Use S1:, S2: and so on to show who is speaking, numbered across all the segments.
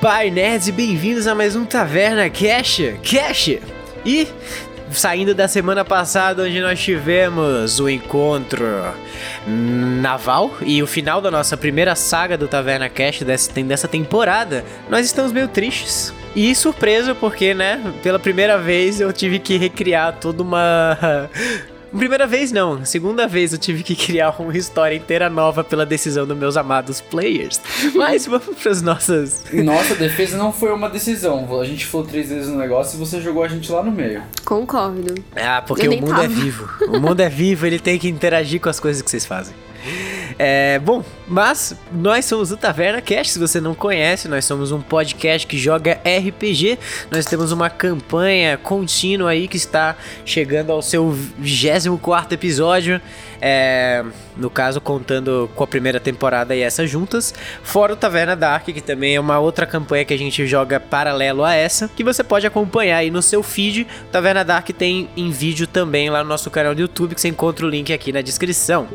S1: Pai nerds e bem-vindos a mais um Taverna Cash. Cash! E saindo da semana passada, onde nós tivemos o encontro naval e o final da nossa primeira saga do Taverna Cash dessa, dessa temporada, nós estamos meio tristes. E surpreso, porque, né, pela primeira vez eu tive que recriar toda uma. Primeira vez não, segunda vez eu tive que criar uma história inteira nova pela decisão dos meus amados players. Mas vamos para as nossas.
S2: Nossa, defesa não foi uma decisão. A gente falou três vezes no negócio e você jogou a gente lá no meio.
S3: Concordo.
S1: Ah, porque
S3: Eu
S1: o
S3: nem
S1: mundo
S3: tava.
S1: é vivo. O mundo é vivo, ele tem que interagir com as coisas que vocês fazem. É, bom, mas nós somos o Taverna Cast, se você não conhece, nós somos um podcast que joga RPG. Nós temos uma campanha contínua aí que está chegando ao seu 24 episódio. É, no caso, contando com a primeira temporada e essas juntas. Fora o Taverna Dark, que também é uma outra campanha que a gente joga paralelo a essa, que você pode acompanhar aí no seu feed. O Taverna Dark tem em vídeo também lá no nosso canal do YouTube, que você encontra o link aqui na descrição.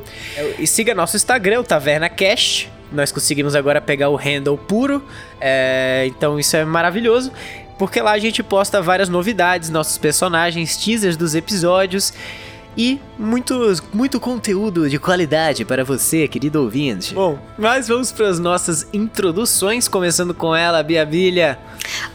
S1: E siga nosso Instagram, o Taverna Cast. Nós conseguimos agora pegar o handle puro, é, então isso é maravilhoso. Porque lá a gente posta várias novidades, nossos personagens, teasers dos episódios e muitos, muito conteúdo de qualidade para você, querido ouvinte. Bom, mas vamos para as nossas introduções, começando com ela, Bia Bilha.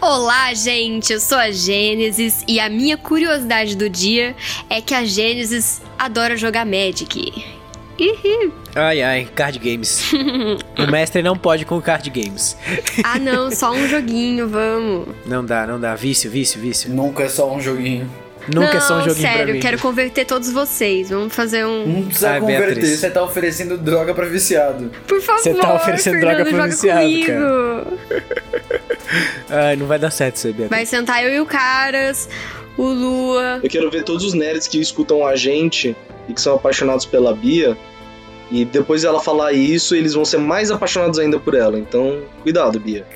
S3: Olá, gente. Eu sou a Gênesis e a minha curiosidade do dia é que a Gênesis adora jogar Magic. Ih,
S1: Ai, ai, card games. o mestre não pode com card games.
S3: ah, não, só um joguinho, vamos.
S1: Não dá, não dá. Vício, vício, vício.
S2: Nunca é só um joguinho.
S1: Nunca
S3: não,
S1: é só um joguinho
S3: sério,
S1: pra mim.
S3: quero converter todos vocês. Vamos fazer um.
S2: Não precisa
S1: Ai,
S2: converter,
S1: Beatriz.
S2: você tá oferecendo droga pra viciado.
S3: Por favor,
S1: Você tá oferecendo
S3: Fernando,
S1: droga pro
S3: joga
S1: viciado,
S3: comigo.
S1: Ai, não vai dar certo isso aí, Bia.
S3: Vai sentar eu e o Caras, o Lua.
S4: Eu quero ver todos os nerds que escutam a gente e que são apaixonados pela Bia. E depois ela falar isso, eles vão ser mais apaixonados ainda por ela. Então, cuidado, Bia.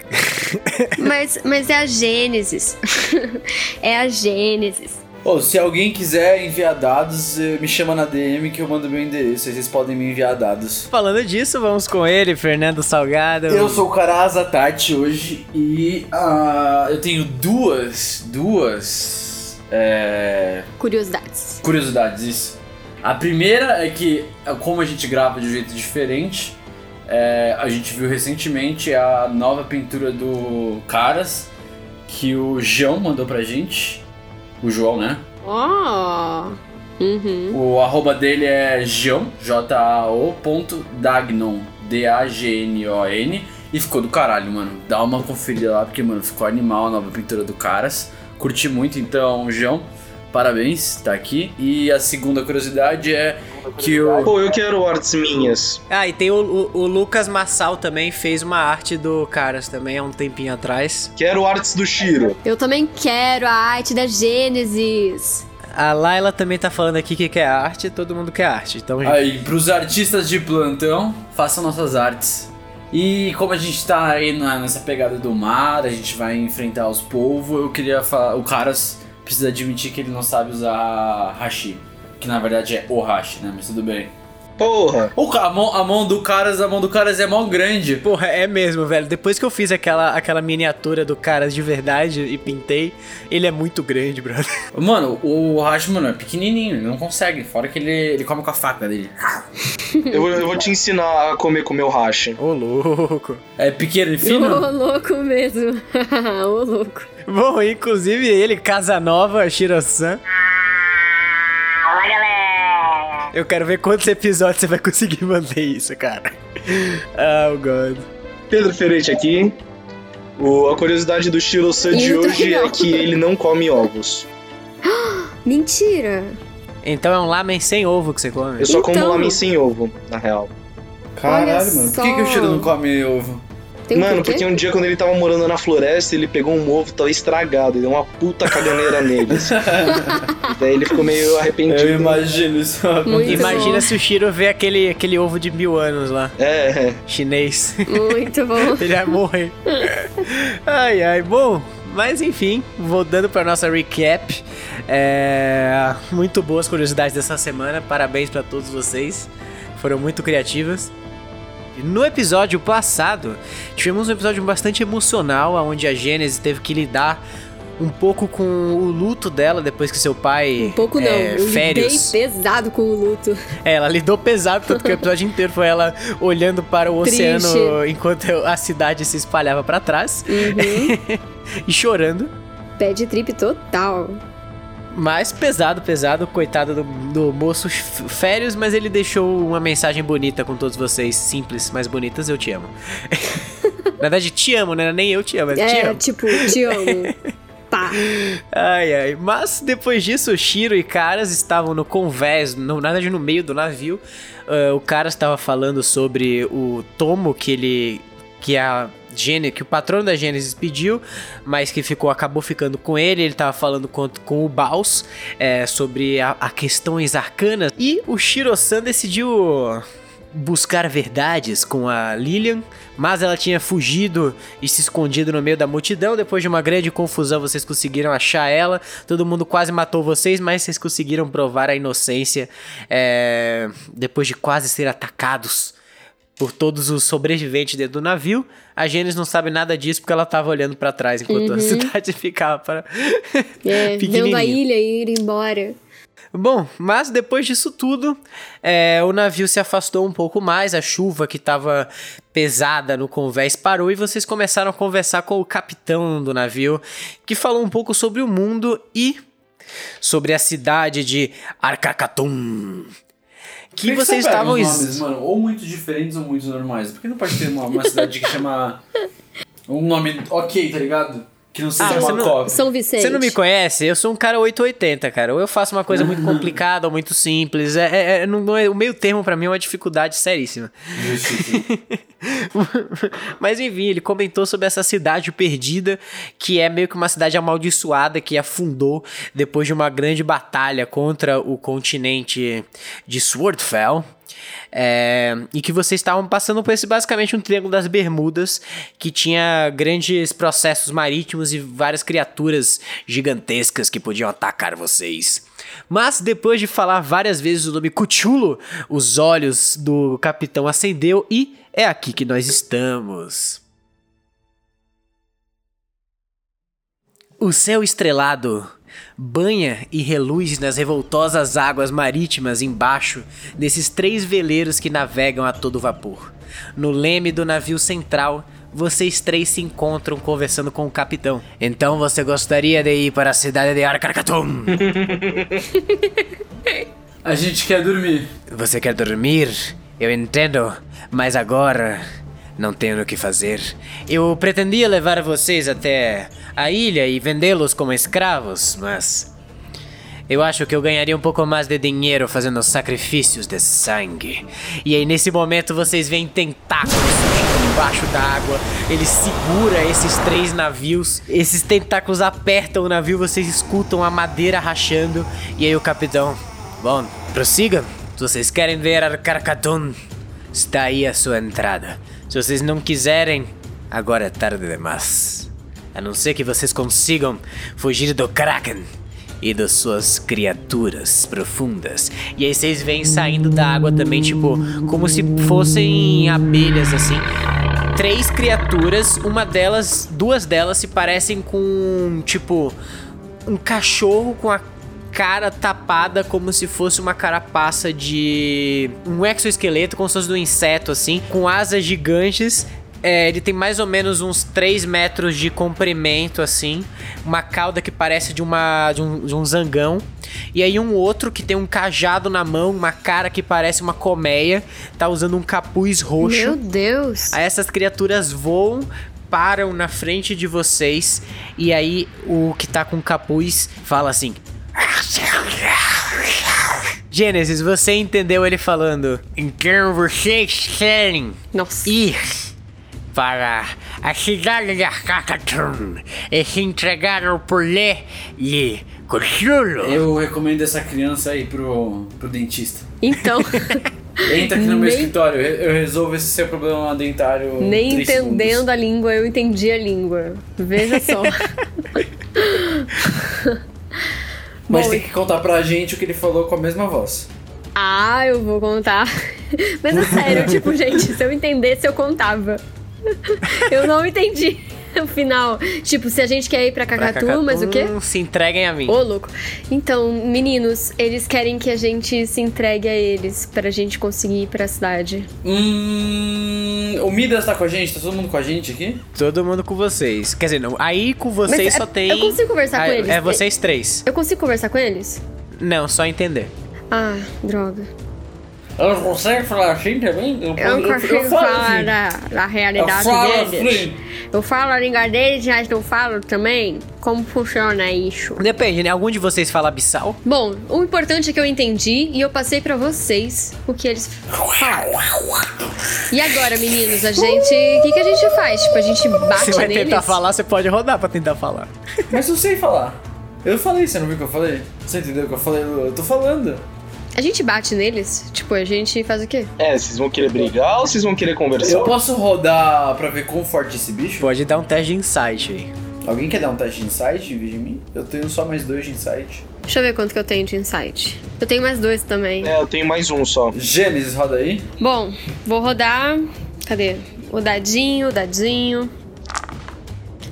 S3: Mas, mas é a Gênesis. é a Gênesis.
S2: Ô, se alguém quiser enviar dados, eh, me chama na DM que eu mando meu endereço. aí Vocês podem me enviar dados.
S1: Falando disso, vamos com ele, Fernando Salgado.
S2: Eu sou o Karaza Tati hoje e ah, eu tenho duas, duas é,
S3: Curiosidades.
S2: curiosidades. Isso. A primeira é que, como a gente grava de um jeito diferente, é, a gente viu recentemente a nova pintura do Caras, que o João mandou pra gente. O João, né?
S3: Ó. Uhum.
S2: O arroba dele é João, J-A-O, ponto Dagnon, D-A-G-N-O-N. E ficou do caralho, mano. Dá uma conferida lá, porque, mano, ficou animal a nova pintura do Caras. Curti muito, então, João, parabéns, tá aqui. E a segunda curiosidade é que o...
S4: Pô, eu quero artes minhas.
S1: Ah, e tem o, o- o Lucas Massal também, fez uma arte do Caras também há um tempinho atrás.
S4: Quero artes do Shiro.
S3: Eu também quero a arte da Gênesis.
S1: A Laila também tá falando aqui que quer arte, todo mundo quer arte. Então, gente,
S2: Aí, pros artistas de plantão, façam nossas artes. E como a gente tá aí na- nessa pegada do mar, a gente vai enfrentar os povos, eu queria falar. O Caras precisa admitir que ele não sabe usar hashi. Que na verdade é o hashi, né? Mas tudo bem.
S4: Porra!
S2: O, ca- a, mão, a mão do Caras, a mão do Caras é mão grande.
S1: porra, é mesmo, velho. Depois que eu fiz aquela, aquela miniatura do Caras de verdade e pintei, ele é muito grande, brother.
S2: Mano, o hashi, mano, é pequenininho, ele não consegue. Fora que ele, ele come com a faca dele.
S4: Eu, vou- eu vou te ensinar a comer com o meu hashi.
S1: Ô, louco.
S2: É pequeno e
S3: Ô,
S2: fino?
S3: louco mesmo. Ô, louco.
S1: Bom, inclusive ele, Casanova, Shiro-san. Eu quero ver quantos episódios você vai conseguir manter isso, cara. Oh, God.
S4: Pedro Ferete aqui. O- a curiosidade do Shiro San de
S3: Eu também
S4: hoje
S3: Então, não.
S4: é que ele não come ovos.
S3: Mentira.
S1: Então é um lamen sem ovo que você come?
S4: Eu só como
S3: Então.
S4: lamen sem ovo, na real.
S3: Caralho, Olha mano. Por que só. que o Shiro não
S2: come ovo?
S3: Tem
S4: Mano,
S3: um porquê?
S4: porque um dia quando ele tava morando na floresta, ele pegou um ovo, tava estragado, e deu uma puta caganeira nele. assim. Daí ele ficou meio arrependido.
S2: Eu imagino isso.
S3: um Muito
S1: Imagina se o Shiro vê aquele, aquele ovo de mil anos lá,
S4: É, é.
S1: chinês.
S3: bom. Muito bom.
S1: Ele vai morrer. ai, ai. Bom, mas enfim, voltando para nossa recap. É, Muito boas curiosidades dessa semana. Parabéns para todos vocês. Foram muito criativas. No episódio passado, tivemos um episódio bastante emocional, onde a Gênesis teve que lidar um pouco com o luto dela depois que seu pai.
S5: Um pouco não,
S1: é,
S5: eu lidei
S1: férias.
S5: pesado com o luto.
S1: É, ela lidou pesado, tanto que o episódio inteiro foi ela olhando para o
S5: Triste.
S1: oceano enquanto a cidade se espalhava pra trás
S5: Uhum.
S1: e chorando.
S5: Bad trip total.
S1: Mas pesado, pesado, coitado do, do moço f- férias, mas ele deixou uma mensagem bonita com todos vocês, simples, mas bonitas, eu te amo. Na verdade, te amo, né? Nem eu te amo, mas te
S5: É,
S1: amo.
S5: tipo, te amo. Pá.
S1: Ai, ai. Mas depois disso, Shiro e Caras estavam no convés, no, na verdade no meio do navio. Ah, o cara estava falando sobre o tomo que ele. que a. Gene, que o patrono da Gênesis pediu, mas que ficou acabou ficando com ele. Ele estava falando com, com o Baus é, sobre a, a questões arcanas. E o Shiro-san decidiu buscar verdades com a Lilian, mas ela tinha fugido e se escondido no meio da multidão. Depois de uma grande confusão, vocês conseguiram achar ela. Todo mundo quase matou vocês, mas vocês conseguiram provar a inocência é, depois de quase ser atacados por todos os sobreviventes dentro do navio. A Gênesis não sabe nada disso porque ela tava olhando pra trás enquanto a
S5: Uhum.
S1: cidade ficava para
S5: É, vendo a ilha e ir embora.
S1: Bom, mas depois disso tudo, é, o navio se afastou um pouco mais, a chuva que estava pesada no convés parou e vocês começaram a conversar com o capitão do navio, que falou um pouco sobre o mundo e sobre a cidade de Arcacatum. Que
S2: Por
S1: vocês
S2: são
S1: estavam.
S2: velhos
S1: es-
S2: nomes, mano, ou muito diferentes ou muito normais. Por que não pode ter uma, uma cidade que chama um nome ok, tá ligado? Que não seja
S1: Ah, você
S2: uma
S1: não-
S2: cópia.
S5: São Vicente.
S1: Você não me conhece? Eu sou um cara 880, cara. Ou eu faço uma coisa muito complicada ou muito simples. É, é- é- não- não é- o meio termo pra mim é uma dificuldade seríssima.
S2: Justiça.
S1: Mas enfim, ele comentou sobre essa cidade perdida, que é meio que uma cidade amaldiçoada que afundou depois de uma grande batalha contra o continente de Swordfell. É, e que vocês estavam passando por esse basicamente um triângulo das Bermudas que tinha grandes processos marítimos e várias criaturas gigantescas que podiam atacar vocês. Mas depois de falar várias vezes o nome Cuchulo, os olhos do capitão acendeu e é aqui que nós estamos. O céu estrelado banha e reluz nas revoltosas águas marítimas embaixo desses três veleiros que navegam a todo vapor. No leme do navio central, vocês três se encontram conversando com o capitão. Então você gostaria de ir para a cidade de Arcarcatum?
S2: A gente quer dormir.
S1: Você quer dormir? Eu entendo, mas agora não tenho o que fazer. Eu pretendia levar vocês até a ilha e vendê-los como escravos, mas. Eu acho que eu ganharia um pouco mais de dinheiro fazendo sacrifícios de sangue. E aí, nesse momento, vocês veem tentáculos surgindo embaixo da água. Ele segura esses três navios. Esses tentáculos apertam o navio, vocês escutam a madeira rachando. E aí, o capitão. Bom, prossiga. Se vocês querem ver Arcarcatum, está aí a sua entrada. Se vocês não quiserem, agora é tarde demais. A não ser que vocês consigam fugir do Kraken e das suas criaturas profundas. E aí vocês vêm saindo da água também, tipo, como se fossem abelhas assim. Três criaturas, uma delas, duas delas se parecem com tipo um cachorro com a cara tapada como se fosse uma carapaça de um exoesqueleto, como se fosse de um inseto assim, com asas gigantes é, ele tem mais ou menos uns 3 metros de comprimento, assim. Uma cauda que parece de, uma, de, um, de um zangão. E aí um outro que tem um cajado na mão, uma cara que parece uma colmeia. Tá usando um capuz roxo.
S3: Meu Deus.
S1: Aí essas criaturas voam, param na frente de vocês. E aí o que tá com o capuz fala assim... Gênesis, você entendeu ele falando. Então vocês querem
S5: Nossa.
S1: ir para a cidade de Arcacatum e se entregaram por lhe e Cthulhu.
S2: Eu recomendo essa criança aí pro, pro dentista.
S5: Então,
S2: Entra aqui no meu
S5: Nem-
S2: escritório, eu eu resolvo esse seu problema dentário. em
S5: nem
S2: três segundos.
S5: entendendo a língua, eu entendi a língua. Veja só.
S2: Mas
S5: Bom,
S2: tem que contar pra gente o que ele falou com a mesma voz.
S5: Ah, eu vou contar. Mas é sério, tipo, gente, se eu entendesse, eu contava. Eu não entendi o final. Tipo, se a gente quer ir pra
S1: Pra
S5: Cacatu, mas o quê?
S1: Cacatum, Se entreguem a mim.
S5: Ô, louco. Então, meninos, eles querem que a gente se entregue a eles pra gente conseguir ir pra cidade.
S2: Hum. O Midas tá com a gente? Tá todo mundo com a gente aqui?
S1: Todo mundo com vocês. Quer dizer, não. Aí com vocês
S5: Mas é-
S1: só tem.
S5: eu consigo conversar
S1: Ah,
S5: com eles.
S1: É vocês três.
S5: Eu consigo conversar com eles?
S1: Não, só entender.
S5: Ah, droga.
S2: Ela consegue falar assim também?
S1: É um
S5: Eu não consigo
S1: assim.
S2: assim.
S5: falar
S1: né?
S5: da, da realidade deles. Eu falo a língua deles, mas não falo também como funciona isso.
S1: Depende, né? Algum de vocês fala abissal?
S5: Bom, o importante é que eu entendi e eu passei pra vocês o que eles falaram. E agora, meninos, a gente. O que, que a gente faz? Tipo, a gente bate
S1: Se vai
S5: neles?
S1: tentar falar, você pode rodar pra tentar falar.
S2: Mas eu sei falar. Eu falei, você não viu o que eu falei? Você entendeu o que eu falei? Eu tô falando.
S5: A gente bate neles? Tipo, a gente faz o quê?
S4: É, vocês vão querer brigar ou vocês vão querer conversar?
S2: Eu posso rodar pra ver quão forte é esse bicho?
S1: Pode dar um teste de insight aí.
S2: Alguém quer dar um teste de insight em vez de mim? Eu tenho só mais dois de insight.
S5: Deixa eu ver quanto que eu tenho de insight. Eu tenho mais dois também.
S4: É, eu tenho mais um só.
S2: Gênesis, roda aí.
S5: Bom, vou rodar. Cadê? O dadinho, o dadinho.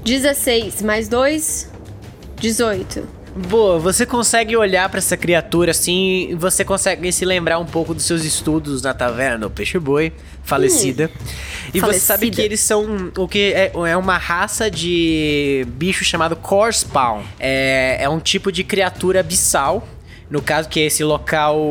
S5: 16 mais 2, 18.
S1: Boa, você consegue olhar pra essa criatura assim, e você consegue se lembrar um pouco dos seus estudos na taverna do Peixe Boi, falecida. e você
S5: falecida.
S1: sabe que eles são o que é, é uma raça de bicho chamado Corspawn. É, é um tipo de criatura abissal. No caso, que é esse local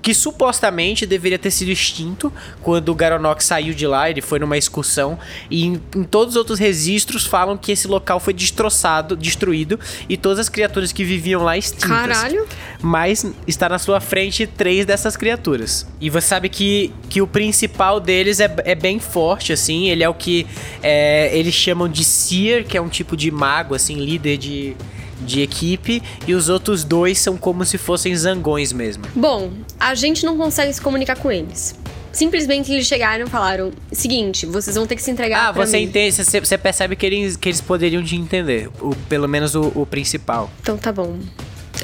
S1: que supostamente deveria ter sido extinto quando o Garonok saiu de lá, ele foi numa excursão. E em, em todos os outros registros falam que esse local foi destroçado, destruído, e todas as criaturas que viviam lá extintas.
S5: Caralho.
S1: Mas está na sua frente três dessas criaturas. E você sabe que, que o principal deles é, é bem forte, assim. Ele é o que é, eles chamam de Seer, que é um tipo de mago, assim, líder de, de equipe. E os outros dois são como se fossem zangões mesmo.
S5: Bom, a gente não consegue se comunicar com eles. Simplesmente eles chegaram e falaram: seguinte, vocês vão ter que se entregar
S1: Ah,
S5: pra
S1: você
S5: mim.
S1: entende, você, você percebe que eles, que eles poderiam te entender. O, pelo menos o, o principal.
S5: Então tá bom.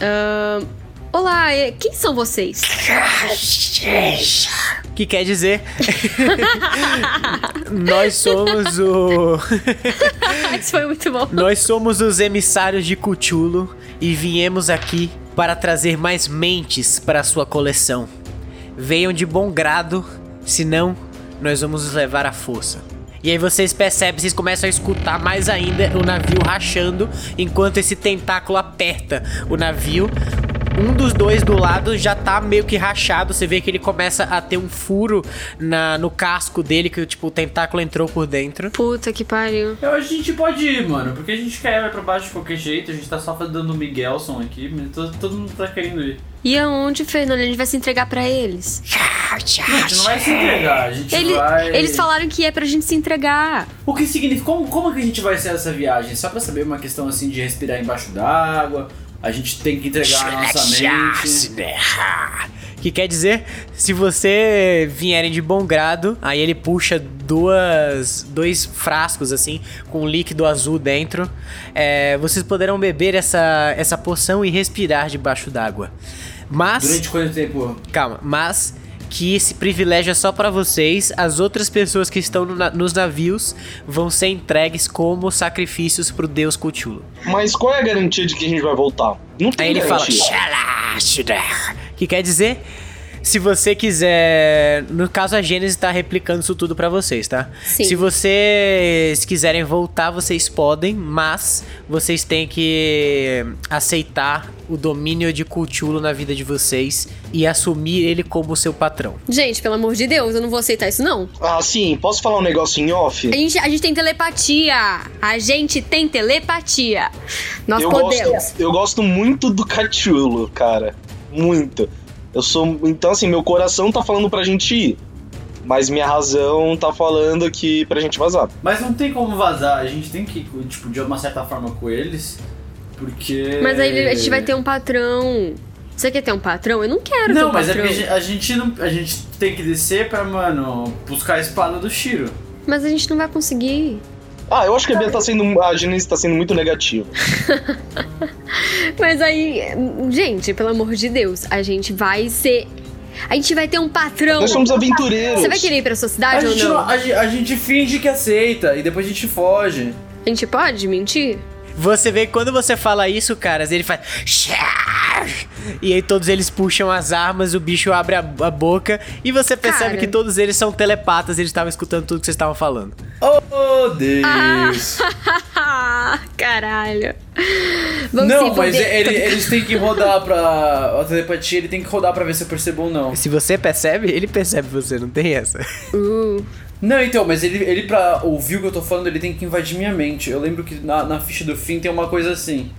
S5: Ahn, Olá, é- quem são vocês?
S1: Que quer dizer. nós somos o.
S5: Isso foi muito bom.
S1: Nós somos os emissários de Cthulhu e viemos aqui para trazer mais mentes para a sua coleção. Venham de bom grado, senão nós vamos os levar à força. E aí vocês percebem, vocês começam a escutar mais ainda o navio rachando, enquanto esse tentáculo aperta o navio. Um dos dois do lado já tá meio que rachado, você vê que ele começa a ter um furo na, no casco dele, que tipo, o tentáculo entrou por dentro.
S5: Puta que pariu.
S2: Eu acho que a gente pode ir, mano, porque a gente quer ir pra baixo de qualquer jeito, a gente tá só dando o Miguelson aqui, mas todo, todo mundo tá querendo ir.
S5: E aonde, Fernando? A gente vai se entregar pra eles.
S2: A gente não vai se entregar, a gente
S5: Ele-
S2: vai...
S5: Eles falaram que é pra gente se entregar.
S2: O que significa? Como, como é que a gente vai ser essa viagem? Só pra saber uma questão assim de respirar embaixo d'água, a gente tem que entregar a nossa mente.
S1: Que quer dizer, se você vierem de bom grado, aí ele puxa duas, dois frascos assim, com líquido azul dentro. É, vocês poderão beber essa, essa poção e respirar debaixo d'água. Mas.
S2: Durante quanto tempo?
S1: Calma, mas que esse privilégio é só pra vocês, as outras pessoas que estão no na- nos navios vão ser entregues como sacrifícios pro deus Cthulhu.
S4: Mas qual é a garantia de que a gente vai voltar? Não tem
S1: Aí ele fala.
S4: garantia.
S1: "Xalá-xudá", Que quer dizer. Se você quiser. No caso, a Gênesis tá replicando isso tudo pra vocês, tá?
S5: Sim.
S1: Se vocês quiserem voltar, vocês podem, mas vocês têm que aceitar o domínio de Cthulhu na vida de vocês e assumir ele como seu patrão.
S5: Gente, pelo amor de Deus, eu não vou aceitar isso, não.
S4: Ah, sim, posso falar um negócio em off?
S5: A gente, a gente tem telepatia. A gente tem telepatia. Nós
S4: eu,
S5: podemos.
S4: gosto, eu gosto muito do Cachulo, cara. Muito. Eu sou. Então, assim, meu coração tá falando pra gente ir. Mas minha razão tá falando que pra gente vazar.
S2: Mas não tem como vazar, a gente tem que, ir, tipo, de uma certa forma com eles, porque.
S5: Mas aí a gente vai ter um patrão. Você quer ter um patrão? Eu não quero ter
S2: Não,
S5: um
S2: mas é
S5: patrão.
S2: porque a gente- a gente, não, a gente tem que descer pra, mano, buscar a espada do Shiro.
S5: Mas a gente não vai conseguir.
S4: Ah, eu acho que a
S5: Então,
S4: Bia tá sendo. A Genesis tá sendo muito negativa.
S5: Mas aí, gente, pelo amor de Deus, a gente vai ser A gente vai ter um patrão.
S4: Nós somos aventureiros.
S5: Você vai querer ir pra sua
S2: A
S5: cidade ou
S2: gente,
S5: Ah, não?
S2: não- a gente- a gente finge que aceita e depois a gente foge.
S5: A gente pode mentir?
S1: Você vê que quando você fala isso, caras, ele faz. "Xar!" E aí todos eles puxam as armas, o bicho abre a, a boca e você percebe
S5: Cara.
S1: que todos eles são telepatas, eles estavam escutando tudo que vocês estavam falando.
S2: Oh,
S5: Ah.
S2: Deus!
S5: Caralho. Vamos se
S2: não, mas
S5: envolver.
S2: ele- eles têm que rodar pra. A telepatia, ele tem que rodar pra ver se percebeu ou não.
S1: Se você percebe, ele percebe você, não tem essa.
S5: Uh,
S2: Não, então, mas ele, ele pra ouvir o que eu tô falando, ele tem que invadir minha mente. Eu lembro que na, na ficha do fim tem uma coisa assim.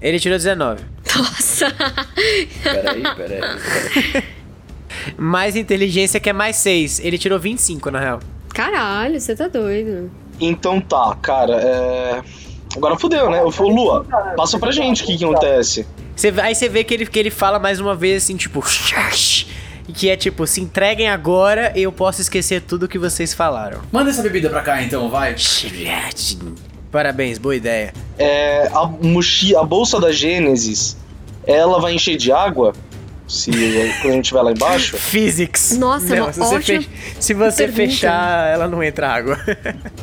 S1: Ele tirou 19.
S5: nossa.
S2: Peraí, peraí. peraí.
S1: Mais inteligência que é mais 6. Ele tirou 25, na real.
S5: Caralho, você tá doido.
S4: Então tá, cara, é. Agora fudeu, né? Eu falei, Lua, passa pra gente o que, que acontece.
S1: Você- aí você vê que ele, que ele fala mais uma vez assim, tipo. e Que é tipo, se entreguem agora eu posso esquecer tudo que vocês falaram.
S2: Manda essa bebida pra cá então, vai.
S1: Parabéns, boa ideia.
S4: É, a, mochi, a bolsa da Gênesis, ela vai encher de água? Se quando a gente vai lá embaixo?
S1: Physics.
S5: Nossa,
S1: Não,
S5: uma
S1: se você,
S5: ótima
S1: fe- se você
S5: pergunta.
S1: fechar, ela não entra água.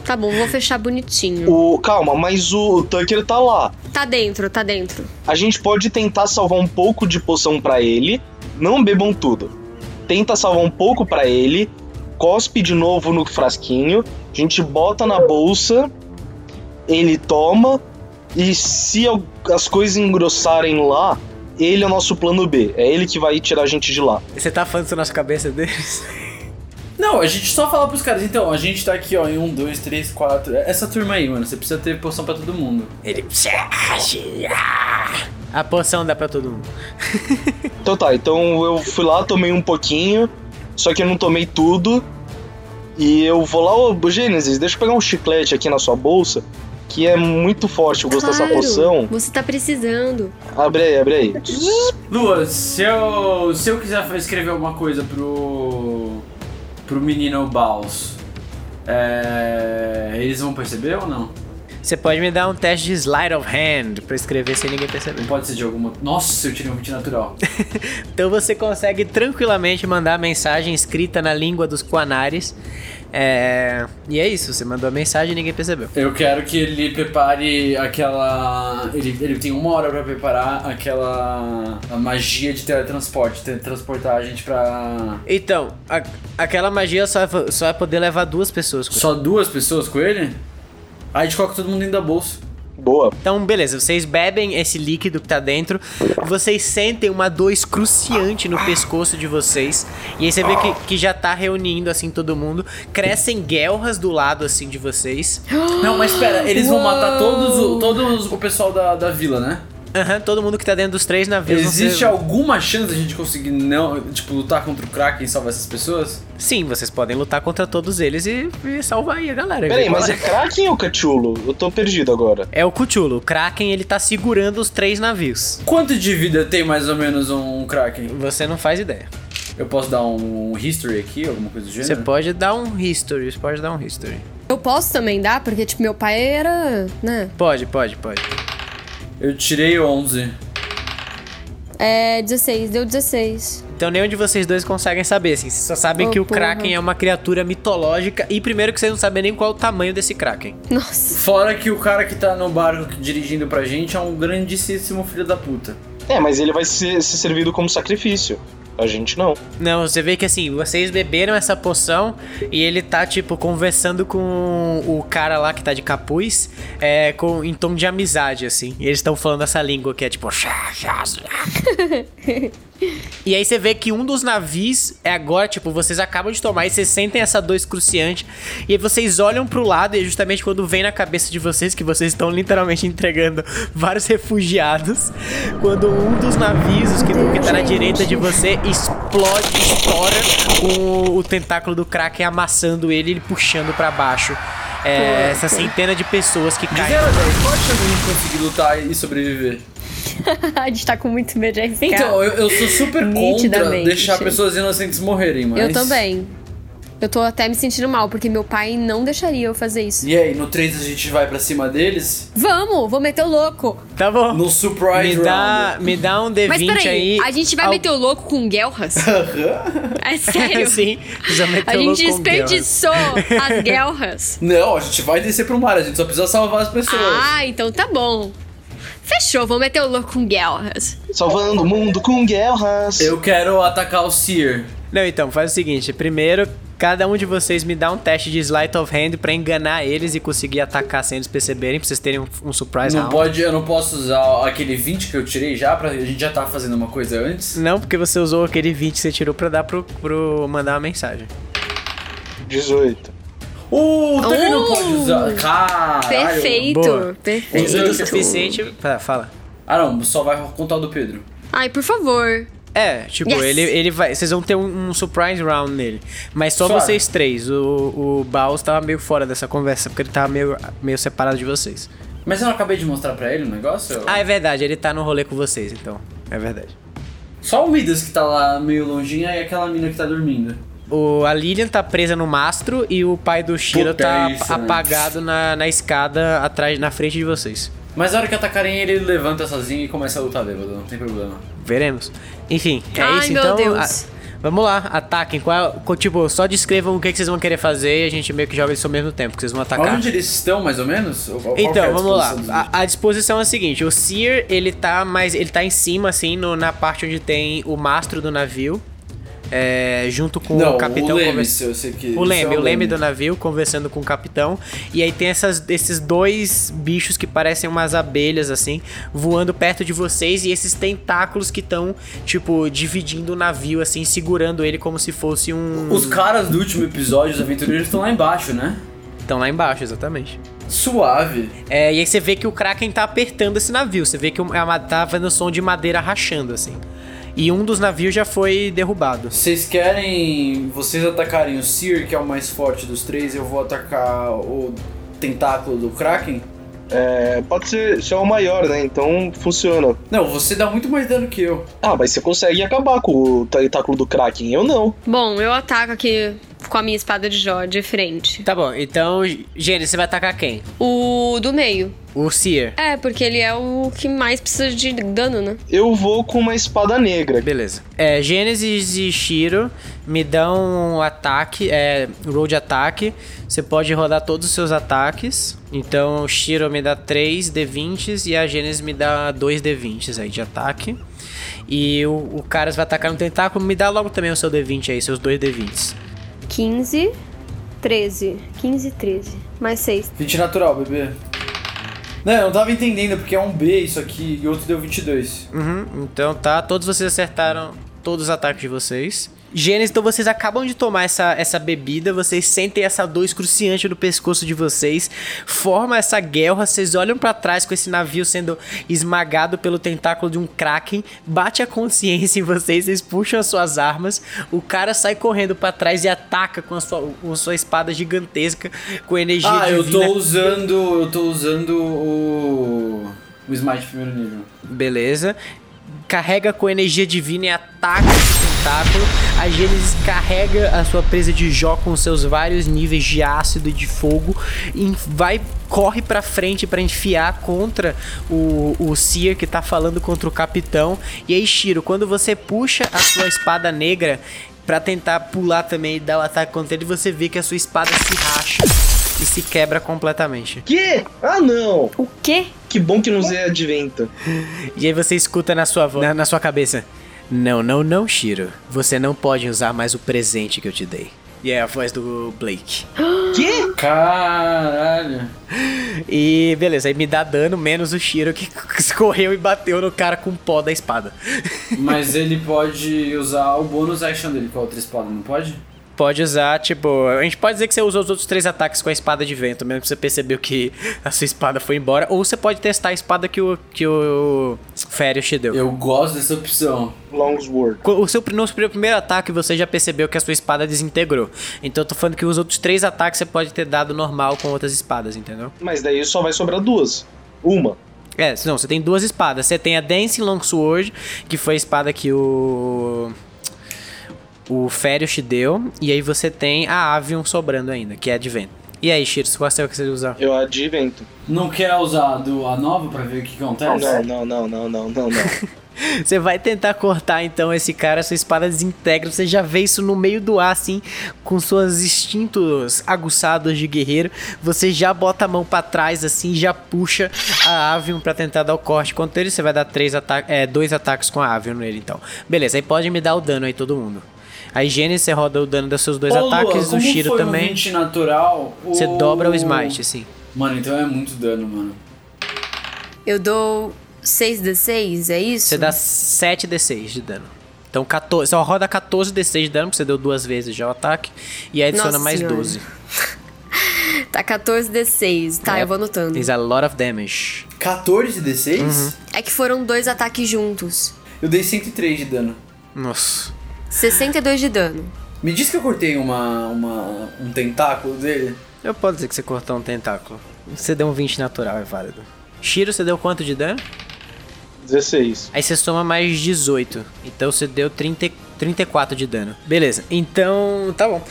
S5: Tá bom, vou fechar bonitinho.
S4: O, calma, mas o Tucker tá lá.
S5: Tá dentro, tá dentro.
S4: A gente pode tentar salvar um pouco de poção pra ele. Não bebam tudo. Tenta salvar um pouco pra ele. Cospe de novo no frasquinho. A gente bota na bolsa. Ele toma. E se al- as coisas engrossarem lá, ele é o nosso plano B. É ele que vai tirar a gente de lá.
S1: você tá falando isso na cabeça deles?
S2: Não, a gente só fala pros caras, então, a gente tá aqui, ó, em um, dois, três, quatro. É, Essa turma aí, mano, você precisa ter poção pra todo mundo.
S1: Ele. A poção dá pra todo mundo.
S4: Então tá, então eu fui lá, tomei um pouquinho, só que eu não tomei tudo. E eu vou lá, ô Gênesis, deixa eu pegar um chiclete aqui na sua bolsa, que é muito forte o gosto dessa
S5: Claro,
S4: poção.
S5: Você tá precisando.
S4: Abre aí, abre aí.
S2: Lua, se eu, se eu quiser escrever alguma coisa pro. pro menino Baus, é, eles vão perceber ou não?
S1: Você pode me dar um teste de slide of hand pra escrever sem ninguém perceber.
S2: Não pode ser de alguma. Nossa, eu tirei um 20 natural.
S1: Então você consegue tranquilamente mandar a mensagem escrita na língua dos Quanares. É, E é isso, você mandou a mensagem e ninguém percebeu.
S2: Eu quero que ele prepare aquela. Ele, ele tem uma hora pra preparar aquela. a magia de teletransporte teletransportar a gente pra.
S1: Então, a- aquela magia só, é só vai poder levar duas pessoas. com
S2: Só duas pessoas com ele? Aí a gente coloca todo mundo dentro da bolsa.
S4: Boa.
S1: Então, beleza, vocês bebem esse líquido que tá dentro, vocês sentem uma dor excruciante no pescoço de vocês, e aí você vê que, que já tá reunindo, assim, todo mundo. Crescem guelras do lado, assim, de vocês.
S2: Não, mas espera, eles vão matar
S5: Uou!
S2: todos o, todos o pessoal da, da vila, né?
S1: Aham, todo mundo que tá dentro dos três navios. vão ser-
S2: Existe alguma chance da gente conseguir não, tipo, lutar contra o Kraken e salvar essas pessoas?
S1: Sim, vocês podem lutar contra todos eles e, e salvar aí a galera.
S4: Peraí, mas é
S1: é...
S4: Kraken ou Cachulo? Eu tô perdido agora.
S1: o Cthulhu, o Kraken, ele tá segurando os três navios.
S2: Quanto de vida tem mais ou menos um Kraken?
S1: Você não faz ideia.
S2: Eu posso dar um history aqui, alguma coisa do
S1: Você
S2: gênero?
S1: pode dar um history, você pode dar um history.
S5: Eu posso também dar, porque, tipo, meu pai era. né?
S1: Pode, pode, pode.
S2: Eu tirei 11.
S5: É 16, deu 16.
S1: Então nenhum de vocês dois conseguem saber, assim. Vocês só sabem
S5: Oh,
S1: que o
S5: porra.
S1: Kraken é uma criatura mitológica e primeiro que vocês não sabem nem qual é o tamanho desse Kraken.
S5: Nossa.
S2: Fora que o cara que tá no barco dirigindo pra gente é um grandíssimo filho da puta.
S4: É, mas ele vai ser, ser servido como sacrifício. A gente não.
S1: Não, você vê que assim, vocês beberam essa poção e ele tá, tipo, conversando com o cara lá que tá de capuz, é, com, em tom de amizade, assim. E eles estão falando essa língua que é tipo. E aí você vê que um dos navios é agora, tipo, vocês acabam de tomar e vocês sentem essa dor excruciante. E aí vocês olham pro lado e é justamente quando vem na cabeça de vocês que vocês estão literalmente entregando vários refugiados. Quando um dos navios, os que, o que tá na direita de você, explode, estoura com o tentáculo do Kraken amassando ele e ele puxando pra baixo. É, essa centena de pessoas que
S2: Diz
S1: caem.
S2: ela, velho, qual a chance da gente conseguir lutar e sobreviver?
S5: a gente tá com muito medo de
S1: Então,
S5: arriscar.
S2: Então, eu, eu sou super contra
S5: Nitidamente.
S2: deixar pessoas inocentes morrerem, mas...
S5: eu também. Eu tô até me sentindo mal, porque meu pai não deixaria eu fazer isso.
S2: E aí, no 3 a gente vai pra cima deles?
S5: Vamos, vou meter o louco.
S1: Tá bom.
S2: No
S1: me,
S2: Surprise
S1: dá,
S2: Round.
S1: me dá um D20
S3: Mas
S1: aí.
S3: peraí, a gente vai
S1: Al-
S3: meter o louco com Gelras? é sério?
S1: Sim, precisa meter
S3: A
S1: o
S3: gente
S1: louco com guerra.
S3: desperdiçou as Gelras.
S2: Não, a gente vai descer pro mar, a gente só precisa salvar as pessoas.
S3: Ah, então tá bom. Fechou, vou meter o louco com Gelras.
S4: Salvando o mundo com guerras.
S2: Eu quero atacar o Seer.
S1: Não, então, faz o seguinte: primeiro, cada um de vocês me dá um teste de sleight of hand pra enganar eles e conseguir atacar sem eles perceberem, pra vocês terem um, um surprise
S2: Não
S1: round.
S2: pode, eu não posso usar aquele 20 que eu tirei já, pra, a gente já tá fazendo uma coisa antes.
S1: Não, porque você usou aquele 20 que você tirou pra dar pro, pro mandar uma mensagem.
S4: 18.
S2: Uh, também não
S3: Uh!
S2: pode usar. Caralho.
S3: Perfeito,
S1: boa.
S3: perfeito.
S1: 18 é o
S2: Isso.
S1: suficiente. Tá, fala.
S2: Ah não, só vai contar o do Pedro.
S3: Ai, por favor.
S1: É, tipo,
S3: Yes.
S1: ele, ele vai. Vocês vão ter um, um surprise round nele. Mas só
S2: Só.
S1: vocês três. O, o Baus tava meio fora dessa conversa, porque ele tava meio, meio separado de vocês.
S2: Mas eu não acabei de mostrar pra ele o negócio?
S1: Ah, é verdade, ele tá no rolê com vocês, então. É verdade.
S2: Só o Midas que tá lá meio longinha e aquela mina que tá dormindo.
S1: O, a Lilian tá presa no mastro e o pai do Shiro
S2: Puta,
S1: tá
S2: é isso, né?
S1: apagado na, na escada atrás, na frente de vocês.
S2: Mas na hora que atacarem ele, ele levanta sozinho e começa a lutar bêbado, não tem problema.
S1: Veremos. Enfim, é
S3: Ai,
S1: isso
S3: meu
S1: então.
S3: Deus.
S1: vamos lá, ataquem. Qual, qual- tipo, só descrevam o que, que vocês vão querer fazer e a gente meio que joga isso ao mesmo tempo, que vocês vão atacar.
S2: Onde eles estão, mais ou menos? Ou qual- qual que é a
S1: Então, vamos lá.
S2: disposição dos bichos?
S1: A, a disposição é a seguinte: o Seer, ele tá mais. Ele tá em cima, assim, no- na parte onde tem o mastro do navio. é, junto com
S2: Não,
S1: o capitão
S2: o Leme,
S1: conversando.
S2: se eu sei que...
S1: O
S2: isso
S1: Leme,
S2: é
S1: o Leme do navio conversando com o capitão. E aí tem essas- esses dois bichos que parecem umas abelhas, assim, voando perto de vocês. E esses tentáculos que estão, tipo, dividindo o navio, assim, segurando ele como se fosse um.
S2: Os caras do último episódio, os aventureiros, estão lá embaixo, né?
S1: Estão lá embaixo, exatamente.
S2: Suave.
S1: É, e aí você vê que o Kraken tá apertando esse navio. Você vê que o- a ma- tá fazendo som de madeira rachando, assim. E um dos navios já foi derrubado.
S2: Vocês querem... Vocês atacarem o Seer, que é o mais forte dos três, eu vou atacar o tentáculo do Kraken?
S4: É, pode ser, você é o maior, né? Então funciona.
S2: Não, você dá muito mais dano que eu.
S4: Ah, mas você consegue acabar com o tentáculo do Kraken. Eu não.
S5: Bom, eu ataco aqui com a minha espada de Jó de frente.
S1: Tá bom, então, Gênesis, você vai atacar quem?
S5: O do meio.
S1: O Seer.
S5: É, porque ele é o que mais precisa de dano, né?
S4: Eu vou com uma espada negra.
S1: Beleza. É, Gênesis e Shiro me dão um ataque, é, roll de ataque. Você pode rodar todos os seus ataques. Então, o Shiro me dá 3 D20s e a Gênesis me dá 2 D20s aí de ataque. E o, o Caras vai atacar no tentáculo. Me dá logo também o seu D20 aí, seus dois D20s.
S5: 15, 13. 15, 13. Mais 6.
S2: 20 natural, bebê. Não, eu não tava entendendo, porque é um B isso aqui e outro deu 22.
S1: Uhum, então tá, todos vocês acertaram todos os ataques de vocês. Gênesis, então vocês acabam de tomar essa, essa bebida, vocês sentem essa dor excruciante no pescoço de vocês, forma essa guerra, vocês olham pra trás com esse navio sendo esmagado pelo tentáculo de um kraken, bate a consciência em vocês, vocês puxam as suas armas, o cara sai correndo pra trás e ataca com a sua, com a sua espada gigantesca, com energia
S2: Ah, eu
S1: divina.
S2: tô usando. Eu tô usando o. O Smite primeiro nível.
S1: Beleza. Carrega com energia divina e ataca esse tentáculo. A Gênesis carrega a sua presa de Jó com seus vários níveis de ácido e de fogo. E vai, corre pra frente pra enfiar contra o, o Seer que tá falando contra o capitão. E aí, Shiro, quando você puxa a sua espada negra pra tentar pular também e dar o ataque contra ele, você vê que a sua espada se racha e se quebra completamente.
S4: Que? Ah, não!
S5: O quê?
S4: Que bom que não usei adventa.
S1: E aí você escuta na sua, vo- na, na sua cabeça: Não, não, não, Shiro. Você não pode usar mais o presente que eu te dei. E é a voz do Blake.
S4: Que?
S2: Caralho.
S1: E beleza, aí me dá dano, menos o Shiro que correu e bateu no cara com o pó da espada.
S2: Mas ele pode usar o bônus action dele com a outra espada, não pode?
S1: Pode usar, tipo, a gente pode dizer que você usou os outros três ataques com a espada de vento, mesmo que você percebeu que a sua espada foi embora. Ou você pode testar a espada que o, que o Férios te deu.
S2: Eu gosto dessa opção.
S4: Longsword.
S1: Co- O seu, pri- no seu primeiro ataque você já percebeu que a sua espada desintegrou. Então eu tô falando que os outros três ataques você pode ter dado normal com outras espadas, entendeu?
S4: Mas daí só vai sobrar duas. Uma.
S1: É, não, você tem duas espadas. Você tem a Dancing Longsword, que foi a espada que o. O Férios te deu. E aí você tem a Avion sobrando ainda, que é Advent. E aí, Shiro, qual é o que você usa?
S4: Eu advento.
S2: Não quer usar do, a nova pra ver o que
S4: Não,
S2: acontece?
S4: não, não, não, não, não, não.
S1: Você vai tentar cortar então esse cara, sua espada desintegra, você já vê isso no meio do ar, assim, com seus instintos aguçados de guerreiro. Você já bota a mão pra trás, assim, já puxa a Avion pra tentar dar o corte. Quanto ele, você vai dar três ata é, dois ataques com a Avion nele, então. Beleza, aí pode me dar o dano aí, todo mundo. Aí, Gênesis, você roda o dano dos seus dois
S2: Ô, Luan,
S1: ataques, o
S2: como
S1: Shiro
S2: foi um
S1: também.
S2: 20 natural,
S1: Você dobra o smite, assim.
S2: Mano, então é muito dano, mano.
S5: Eu dou 6 de 6, é isso?
S1: Você dá 7 D6 de dano. Então 14, só roda 14 D6 de dano, porque você deu duas vezes já o ataque. E aí adiciona
S5: Nossa
S1: mais
S5: senhora.
S1: 12.
S5: Tá 14 de 6. Tá,
S1: É.
S5: eu vou anotando.
S1: Is a lot of damage.
S2: 14 D6?
S1: Uhum.
S5: É que foram dois ataques juntos.
S2: Eu dei 103 de dano.
S1: Nossa.
S5: 62 de dano.
S2: Me diz que eu cortei uma, uma, um tentáculo dele.
S1: Eu posso dizer que você cortou um tentáculo. Você deu um 20 natural, é válido. Shiro, você deu quanto de dano?
S4: 16.
S1: Aí você soma mais 18. Então você deu 30, 34 de dano. Beleza. Então, tá bom.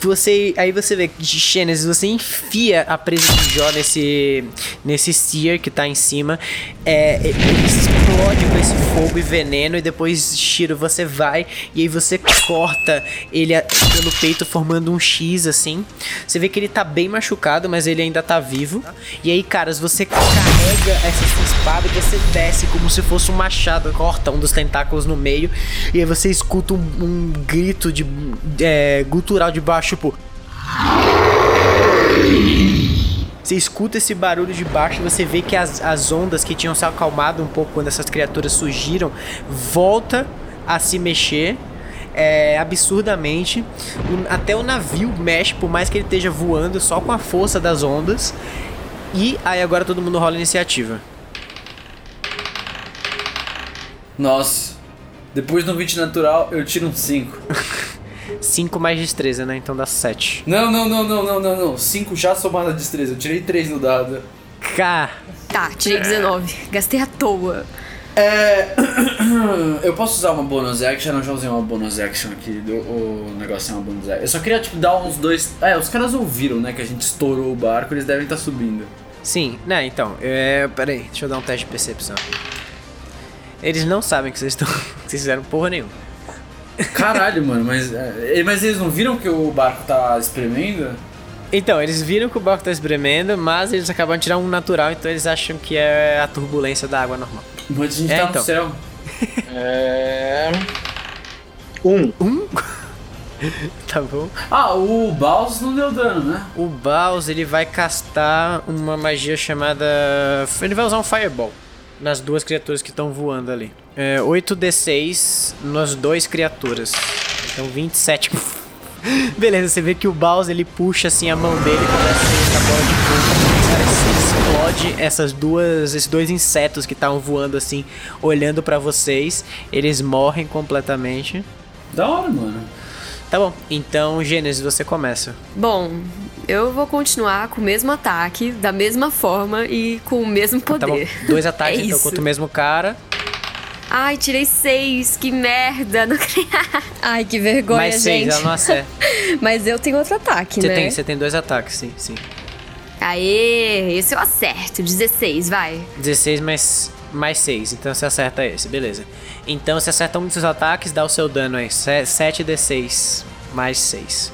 S1: Você, aí você vê que Genesis, você enfia a presa de Jó nesse nesse seer que tá em cima. É, ele explode com esse fogo e veneno e depois Shiro você vai e aí você corta ele a- pelo peito formando um X assim. Você vê que ele tá bem machucado, mas ele ainda tá vivo. E aí, caras, você carrega essa sua espada e você desce como se fosse um machado, corta um dos tentáculos no meio. E aí você escuta um, um grito de é, gutural de baixo, tipo. Você escuta esse barulho de baixo e você vê que as, as ondas que tinham se acalmado um pouco quando essas criaturas surgiram, volta a se mexer é, absurdamente. O- Até o navio mexe, por mais que ele esteja voando, só com a força das ondas. E aí agora todo mundo rola a iniciativa.
S2: Nossa. Depois do 20 natural, eu tiro um 5.
S1: 5 mais destreza, né? Então dá 7.
S2: Não, não, não, não, não, não, não. 5 já somado a destreza. Eu tirei 3 no dado.
S1: Cá!
S5: Tá,
S1: É.
S5: tirei 19. Gastei à toa.
S2: É. Eu posso usar uma bonus action? Eu já usei uma bonus action aqui. do- O negócio é uma bonus action. Eu só queria, tipo, dar uns dois. É, os caras ouviram, né? Que a gente estourou o barco, eles devem estar subindo.
S1: Sim, né? Então, é. Peraí, deixa eu dar um teste de percepção. Eles não sabem que vocês estão. que vocês fizeram porra nenhuma.
S2: Caralho, mano, mas. é, Mas eles não viram que o barco tá espremendo?
S1: Então, eles viram que o barco tá espremendo, mas eles acabam de tirar um natural, então eles acham que é a turbulência da água normal.
S2: Mas a gente
S1: É,
S2: tá
S1: então.
S2: no céu.
S4: É. Um.
S1: Tá bom?
S2: Ah, o Baus não deu dano, né?
S1: O Baus, ele vai castar uma magia chamada... Ele vai usar um Fireball nas duas criaturas que estão voando ali. É, 8d6 nas duas criaturas. Então 27. Beleza, você vê que o Baus, ele puxa assim a mão dele, começa a sair essa bola de fogo. Cara, você explode essas duas, esses dois insetos que estavam voando assim, olhando pra vocês. Eles morrem completamente.
S2: Da hora, mano.
S1: Tá bom, então Gênesis, você começa.
S5: Bom, eu vou continuar com o mesmo ataque, da mesma forma e com o mesmo
S1: Tá bom,
S5: poder.
S1: dois ataques
S5: É
S1: então
S5: isso.
S1: contra o mesmo cara.
S5: Ai, tirei seis, que merda. Não... Ai, que vergonha,
S1: mais seis,
S5: gente.
S1: ela não acerta.
S5: Mas eu tenho outro ataque,
S1: Você
S5: né?
S1: tem, você tem dois ataques, sim, sim.
S5: Aê, esse eu acerto. 16, vai.
S1: 16 mais, mais 6, então você acerta esse, beleza. Então você acerta um dos seus ataques, dá o seu dano aí. 7 D6 mais 6.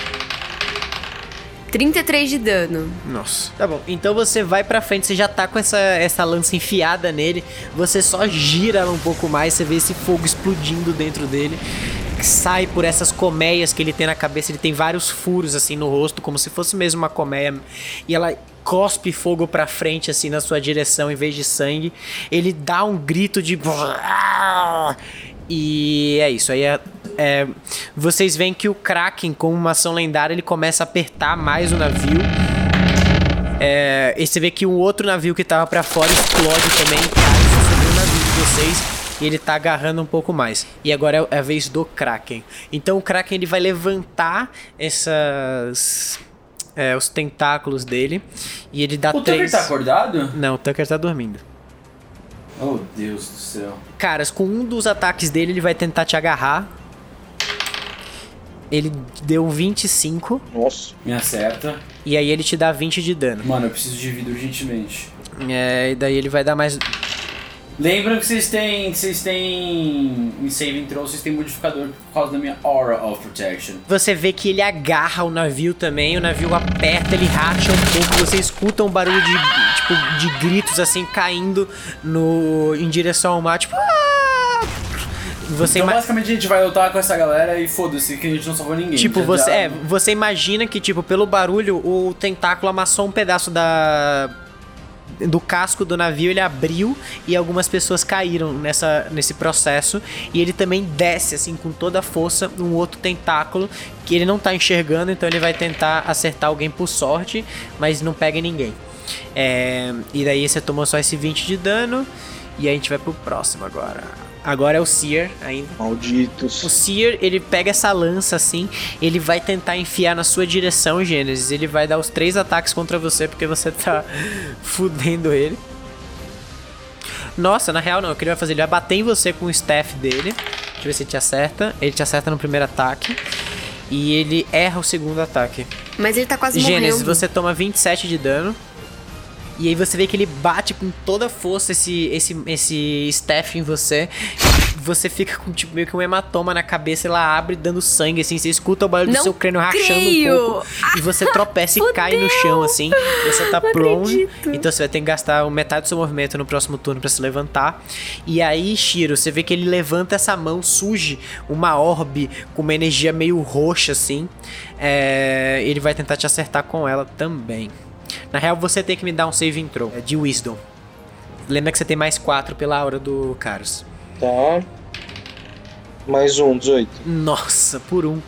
S5: 33 de dano.
S1: Nossa. Tá bom. Então você vai pra frente, você já tá com essa, essa lança enfiada nele, você só gira ela um pouco mais, você vê esse fogo explodindo dentro dele. que Sai por essas colmeias que ele tem na cabeça, ele tem vários furos assim no rosto, como se fosse mesmo uma colmeia. E ela cospe fogo pra frente, assim, na sua direção, em vez de sangue. Ele dá um grito de. E é isso. Aí é, é, vocês veem que o Kraken, com uma ação lendária, ele começa a apertar mais o navio. É, e você vê que um outro navio que tava pra fora explode também. Cara, você vê o navio de vocês e ele tá agarrando um pouco mais. E agora é a vez do Kraken. Então o Kraken ele vai levantar essas. é, os tentáculos dele. E ele dá
S2: O Tucker
S1: três.
S2: tá acordado?
S1: Não, o Tucker tá dormindo.
S2: Oh, Deus do céu.
S1: Caras, com um dos ataques dele, ele vai tentar te agarrar. Ele deu um 25
S4: Nossa.
S2: Me acerta.
S1: e aí ele te dá 20 de dano.
S2: Mano, eu preciso de vida urgentemente.
S1: É, e daí ele vai dar mais.
S2: Lembra que vocês têm. que Vocês têm. Em Saving Throw, vocês têm modificador por causa da minha Aura of Protection.
S1: Você vê que ele agarra o navio também, o navio aperta, ele racha um pouco, você escuta um barulho de, tipo, de gritos assim caindo no, em direção ao mar, tipo. "Ah!" Você
S2: então,
S1: ima-
S2: basicamente, a gente vai lutar com essa galera e foda-se, que a gente não salvou ninguém.
S1: Tipo,
S2: Já-
S1: você,
S2: já-
S1: é, você imagina que, tipo, pelo barulho, o tentáculo amassou um pedaço da. Do casco do navio, ele abriu e algumas pessoas caíram nessa, nesse processo. E ele também desce, assim, com toda a força, um outro tentáculo que ele não tá enxergando, então ele vai tentar acertar alguém por sorte, mas não pega em ninguém. É, e daí você tomou só esse 20 de dano. E a gente vai pro próximo agora. Agora é o Seer ainda. O
S4: Malditos.
S1: Seer, ele pega essa lança assim, ele vai tentar enfiar na sua direção, Gênesis. Ele vai dar os três ataques contra você porque você tá fudendo ele. Nossa, na real não, o que ele vai fazer? Ele vai bater em você com o staff dele. Deixa eu ver se ele te acerta. Ele te acerta no primeiro ataque. E ele erra o segundo ataque.
S3: Mas ele tá quase
S1: Gênesis,
S3: morrendo.
S1: você toma 27 de dano. E aí você vê que ele bate com toda a força esse, esse, esse staff em você. Você fica com tipo, meio que um hematoma na cabeça, ela abre dando sangue, assim. Você escuta o barulho do
S3: Não Ah,
S1: seu crânio rachando
S3: creio!
S1: um pouco. E você tropeça e cai no chão, assim. Você tá prone. Então você vai ter que gastar metade do seu movimento no próximo turno pra se levantar. E aí, Shiro, você vê que ele levanta essa mão, surge uma orbe com uma energia meio roxa, assim. É, ele vai tentar te acertar com ela também. Na real, você tem que me dar um save intro de Wisdom. Lembra que você tem mais 4 pela aura do Carlos.
S4: Tá. Mais um, 18.
S1: Nossa, por um.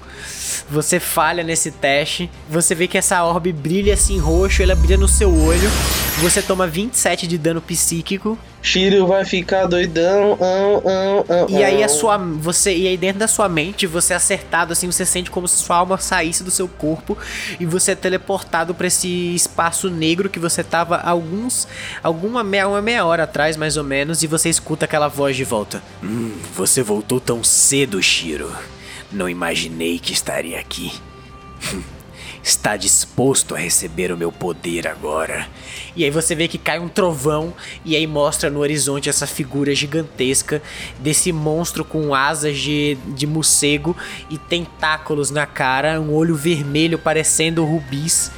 S1: Você falha nesse teste. Você vê que essa orbe brilha assim roxo, ela brilha no seu olho. Você toma 27 de dano psíquico.
S4: Shiryu vai ficar doidão. ão, ão, ão,
S1: E aí a
S4: ão.
S1: sua você e aí dentro da sua mente, você é acertado assim, você sente como se sua alma saísse do seu corpo e você é teleportado pra esse espaço negro que você tava alguns alguma meia, uma meia hora atrás mais ou menos e você escuta aquela voz de volta. Hum, você voltou tão cedo, Shiro. Não imaginei que estaria aqui. Está disposto a receber o meu poder agora. E aí você vê que cai um trovão e aí mostra no horizonte essa figura gigantesca desse monstro com asas de, de morcego e tentáculos na cara, um olho vermelho parecendo rubis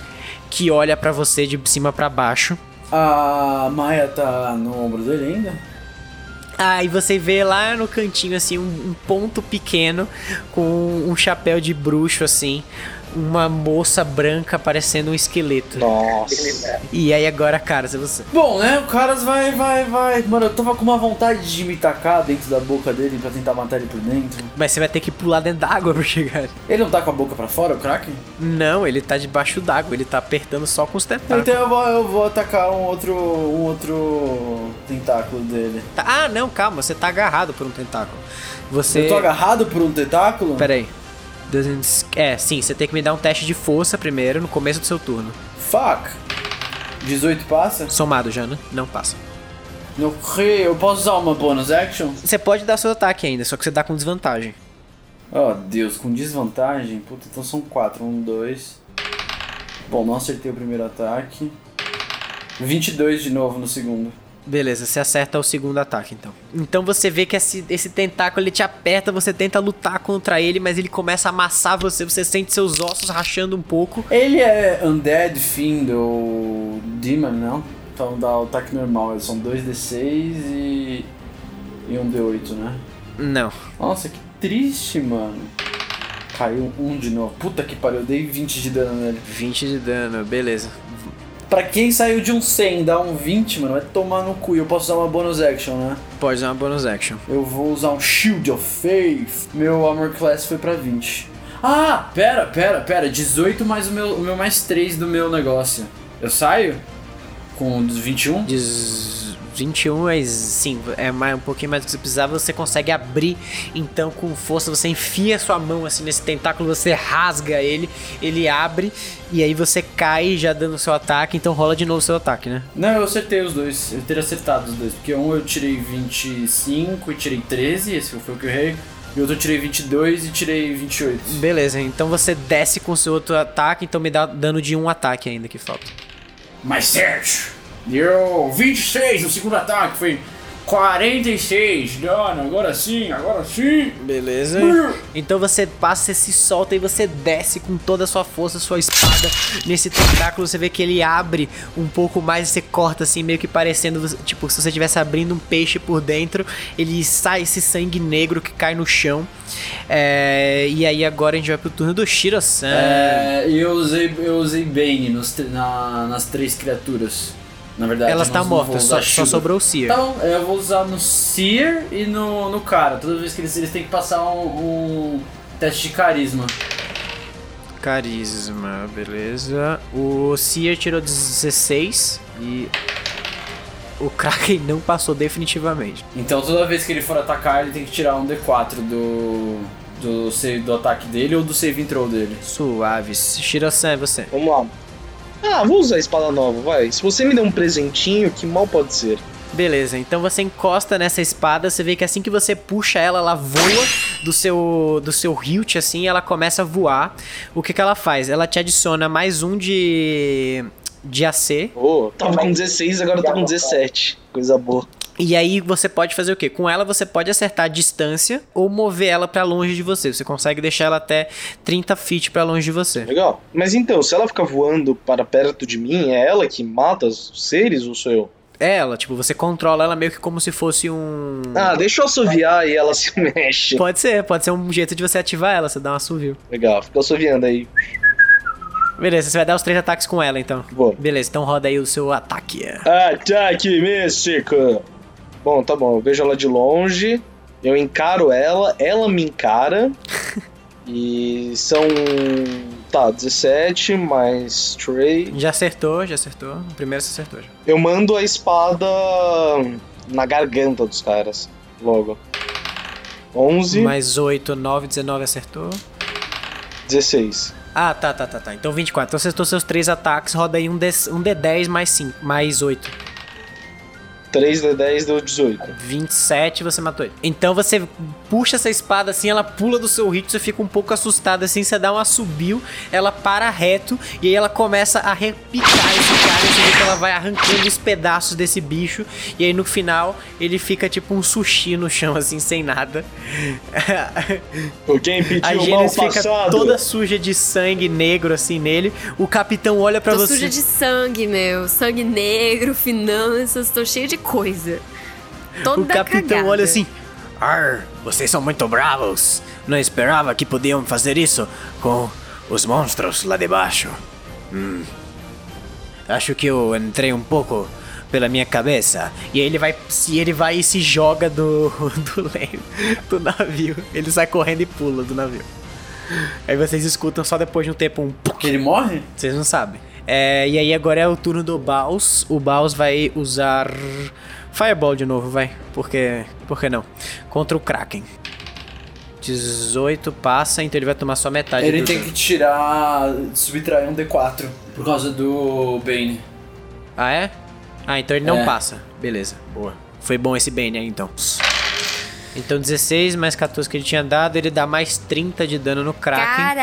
S1: que olha pra você de cima pra baixo.
S2: A Maia tá no ombro dele ainda?
S1: Aí Ah, você vê lá no cantinho assim um, um ponto pequeno com um chapéu de bruxo assim, uma moça branca parecendo um esqueleto.
S4: Nossa.
S1: E aí agora, cara, se você
S2: Bom, né? O Caras vai, vai, vai. Mano, eu tava com uma vontade de me tacar dentro da boca dele pra tentar matar ele por dentro.
S1: Mas você vai ter que pular dentro d'água pra chegar.
S2: Ele não tá com a boca pra fora, o Kraken?
S1: Não, ele tá debaixo d'água, ele tá apertando só com os tentáculos.
S2: Então eu vou, eu vou atacar um outro. um outro tentáculo dele.
S1: Tá- Ah, não, calma, você tá agarrado por um tentáculo. Você.
S2: Eu tô agarrado por um tentáculo?
S1: Pera aí. Doesn't- É, sim, você tem que me dar um teste de força primeiro no começo do seu turno.
S2: Fuck! 18 passa?
S1: Somado já, né? Não passa.
S2: No que? Eu posso usar uma bonus action?
S1: Você pode dar seu ataque ainda, só que você dá com desvantagem.
S2: Oh, Deus, com desvantagem? Puta, então são quatro. Um, dois. Bom, não acertei o primeiro ataque. 22 de novo no segundo.
S1: Beleza, você acerta o segundo ataque então. Então você vê que esse, esse tentáculo ele te aperta, você tenta lutar contra ele, mas ele começa a amassar você, você sente seus ossos rachando um pouco.
S2: Ele é Undead, Fiend ou Demon, não? Então dá o ataque normal. São 2d6 e. e um d8, né?
S1: Não.
S2: Nossa, que triste, mano. Caiu um de novo. Puta que pariu, eu dei 20 de dano nele.
S1: 20 de dano, beleza.
S2: Pra quem saiu de um 100 dá um 20, mano, vai tomar no cu. E Eu posso usar uma bonus action, né?
S1: Pode usar uma bonus action.
S2: Eu vou usar um Shield of Faith. Meu Armor Class foi pra 20. Ah, pera, pera, pera. 18 mais o meu, o meu mais 3 do meu negócio. Eu saio? Com um os 21?
S1: Dez- 21 é sim, é mais, um pouquinho mais do que você precisava, você consegue abrir então com força, você enfia sua mão assim nesse tentáculo, você rasga ele, ele abre e aí você cai já dando seu ataque, então rola de novo seu ataque, né?
S2: Não, eu acertei os dois. Eu teria acertado os dois. Porque um eu tirei 25 e tirei 13. Esse foi o que eu errei. E outro eu tirei 22 e tirei 28.
S1: Beleza, então você desce com seu outro ataque, então me dá dano de um ataque ainda que falta.
S2: Mas Sérgio, deu 26 no segundo ataque, foi 46 dano, agora sim, agora sim.
S1: Beleza. Então você passa, você se solta e você desce com toda a sua força, sua espada nesse tentáculo. Você vê que ele abre um pouco mais e você corta assim, meio que parecendo, tipo, se você estivesse abrindo um peixe por dentro, ele sai esse sangue negro que cai no chão. É, e aí agora a gente vai pro turno do Shiro-san.
S2: É, e eu usei, eu usei Bane nos tr- na- nas três criaturas. Na verdade,
S1: Ela
S2: eu
S1: tá
S2: não vou
S1: morta, só,
S2: usar
S1: só
S2: Shield.
S1: sobrou o Seer.
S2: Então, eu vou usar no Seer e no, no cara. Toda vez que eles, eles têm que passar um, um teste de carisma.
S1: Carisma, beleza. O Seer tirou 16 e o Kraken não passou definitivamente.
S2: Então, toda vez que ele for atacar, ele tem que tirar um D4 do, do, save, do ataque dele ou do save throw dele.
S1: Suaves. Shiro-san, é você.
S4: Vamos lá. Ah, vou usar a espada nova, vai. Se você me der um presentinho, que mal pode ser.
S1: Beleza, então você encosta nessa espada, você vê que assim que você puxa ela, ela voa do seu do seu hilt assim, ela começa a voar. O que que ela faz? Ela te adiciona mais um de de AC
S4: Ô, tava com 16, agora eu tô com 17. Coisa boa.
S1: e aí você pode fazer o quê? Com ela você pode acertar a distância ou mover ela pra longe de você. Você consegue deixar ela até 30 feet pra longe de você.
S4: Legal. Mas então, se ela fica voando para perto de mim, é ela que mata os seres ou sou eu?
S1: É ela, tipo, você controla ela meio que como se fosse um
S4: Ah, deixa eu assoviar e ela se mexe.
S1: Pode ser, pode ser um jeito de você ativar ela, você dá um assovio.
S4: Legal, fica assoviando aí.
S1: Beleza, você vai dar os três ataques com ela então.
S4: Boa.
S1: Beleza, então roda aí o seu ataque.
S4: Ataque místico! Bom, tá bom, eu vejo ela de longe, eu encaro ela, ela me encara. e são. Tá, 17 mais 3.
S1: Já acertou, já acertou. O primeiro você acertou já.
S4: Eu mando a espada na garganta dos caras, logo. 11,
S1: Mais 8, 9, 19 acertou.
S4: 16.
S1: Ah, tá, tá, tá, tá. Então 24. Então acertou seus três ataques, roda aí um, D, um D10 mais 5, mais 8.
S4: 3 de 10 deu 18.
S1: 27, você matou ele. Então você puxa essa espada assim, ela pula do seu ritmo, você fica um pouco assustado assim, você dá um assobio, ela para reto e aí ela começa a repicar esse cara, e você vê que ela vai arrancando os pedaços desse bicho e aí no final ele fica tipo um sushi no chão assim, sem nada.
S4: Alguém
S1: A
S4: pediu mal
S1: Gênesis fica
S4: passado?
S1: toda suja de sangue negro, assim, nele. O capitão olha pra
S5: Tô
S1: você.
S5: suja de sangue, meu. Sangue negro, finanças, tô cheia de coisa. Toda
S1: O capitão
S5: cagada.
S1: olha assim. Ar, vocês são muito bravos. Não esperava que podiam fazer isso com os monstros lá debaixo. Hum. Acho que eu entrei um pouco pela minha cabeça. E aí ele vai, se ele vai e se joga do do, le- do navio. Ele sai correndo e pula do navio. Aí vocês escutam só depois de um tempo um
S2: Que ele morre?
S1: vocês não sabem. É, e aí agora é o turno do Baus. O Baus vai usar Fireball de novo, vai. Porque, por que não? Contra o Kraken. 18 passa, então ele vai tomar só metade
S2: Ele
S1: do
S2: tem
S1: dano.
S2: que tirar, subtrair um D4 por causa do Bane.
S1: Ah, é? Ah, então ele não
S2: É.
S1: passa. Beleza, boa. Foi bom esse Bane aí, então. Então 16 mais 14 que ele tinha dado, ele dá mais 30 de dano no Kraken.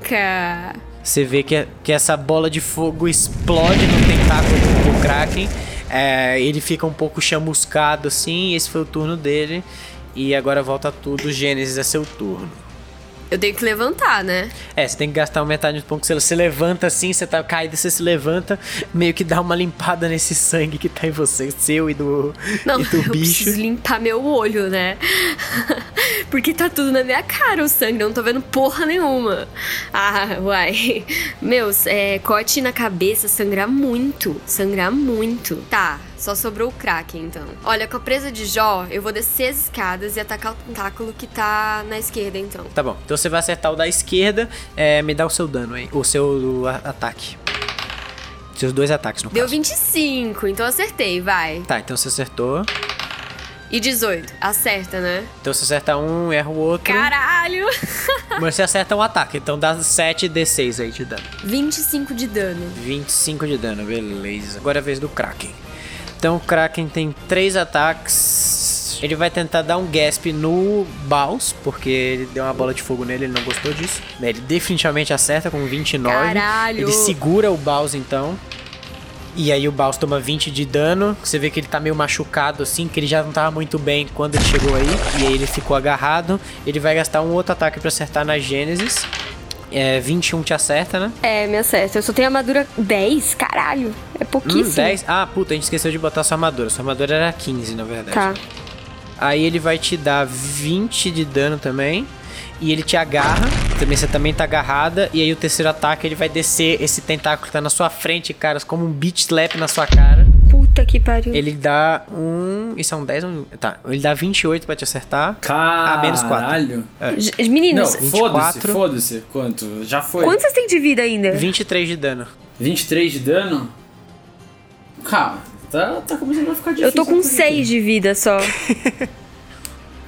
S5: Caraca!
S1: Você vê que, é, que essa bola de fogo explode no tentáculo do, do Kraken. É, ele fica um pouco chamuscado assim. Esse foi o turno dele. E agora volta tudo. Gênesis é seu turno.
S5: Eu tenho que levantar, né?
S1: É, você tem que gastar metade do ponto. Você se levanta assim, você tá caído, você se levanta. Meio que dá uma limpada nesse sangue que tá em você, seu e do,
S5: Não,
S1: e
S5: eu
S1: do bicho.
S5: preciso limpar meu olho, né? Porque tá tudo na minha cara o sangue, eu não tô vendo porra nenhuma. Ah, uai. Meus, é, corte na cabeça sangrar muito, sangrar muito. Tá, só sobrou o Kraken, então. Olha, com a presa de Jó, eu vou descer as escadas e atacar o tentáculo que tá na esquerda, então.
S1: Tá bom, então você vai acertar o da esquerda. É, me dá o seu dano aí, o seu o a- ataque. Seus dois ataques no
S5: Deu
S1: caso.
S5: 25, então acertei, vai.
S1: Tá, então você acertou.
S5: E 18, acerta, né?
S1: Então você acerta um, erra o outro.
S5: Caralho!
S1: Mas você acerta um ataque, então dá 7 D6 aí de dano.
S5: 25 de dano.
S1: 25 de dano, beleza. Agora é a vez do Kraken. Então o Kraken tem 3 ataques. Ele vai tentar dar um gasp no Baus, porque ele deu uma bola de fogo nele, ele não gostou disso. Né, Ele definitivamente acerta com 29.
S5: Caralho!
S1: Ele segura o Baus então. E aí o Baus toma 20 de dano. Você vê que ele tá meio machucado assim, que ele já não tava muito bem quando ele chegou aí. E aí ele ficou agarrado. Ele vai gastar um outro ataque pra acertar na Gênesis. É, 21 te acerta, né?
S5: É, minha certa. Eu só tenho armadura 10, caralho. É pouquíssimo.
S1: Hum, 10. Ah, puta, a gente esqueceu de botar sua armadura. Sua armadura era 15, na verdade.
S5: Tá.
S1: Aí ele vai te dar 20 de dano também. E ele te agarra. Também você também tá agarrada. E aí o terceiro ataque ele vai descer esse tentáculo que tá na sua frente, caras, como um beat slap na sua cara.
S5: Puta que pariu.
S1: Ele dá um. Isso é um 10 ou um. Tá. Ele dá 28 pra te acertar.
S2: Caralho.
S1: Ah, menos quatro.
S5: J-
S2: Não,
S5: Meninos,
S1: 24.
S2: foda-se, foda-se. Quanto? Já foi.
S5: quanto vocês têm de vida ainda?
S1: 23 de dano.
S2: 23 de dano? Calma, tá, tá começando a ficar difícil.
S5: Eu tô com
S2: a coisa aqui.
S5: 6 de vida só.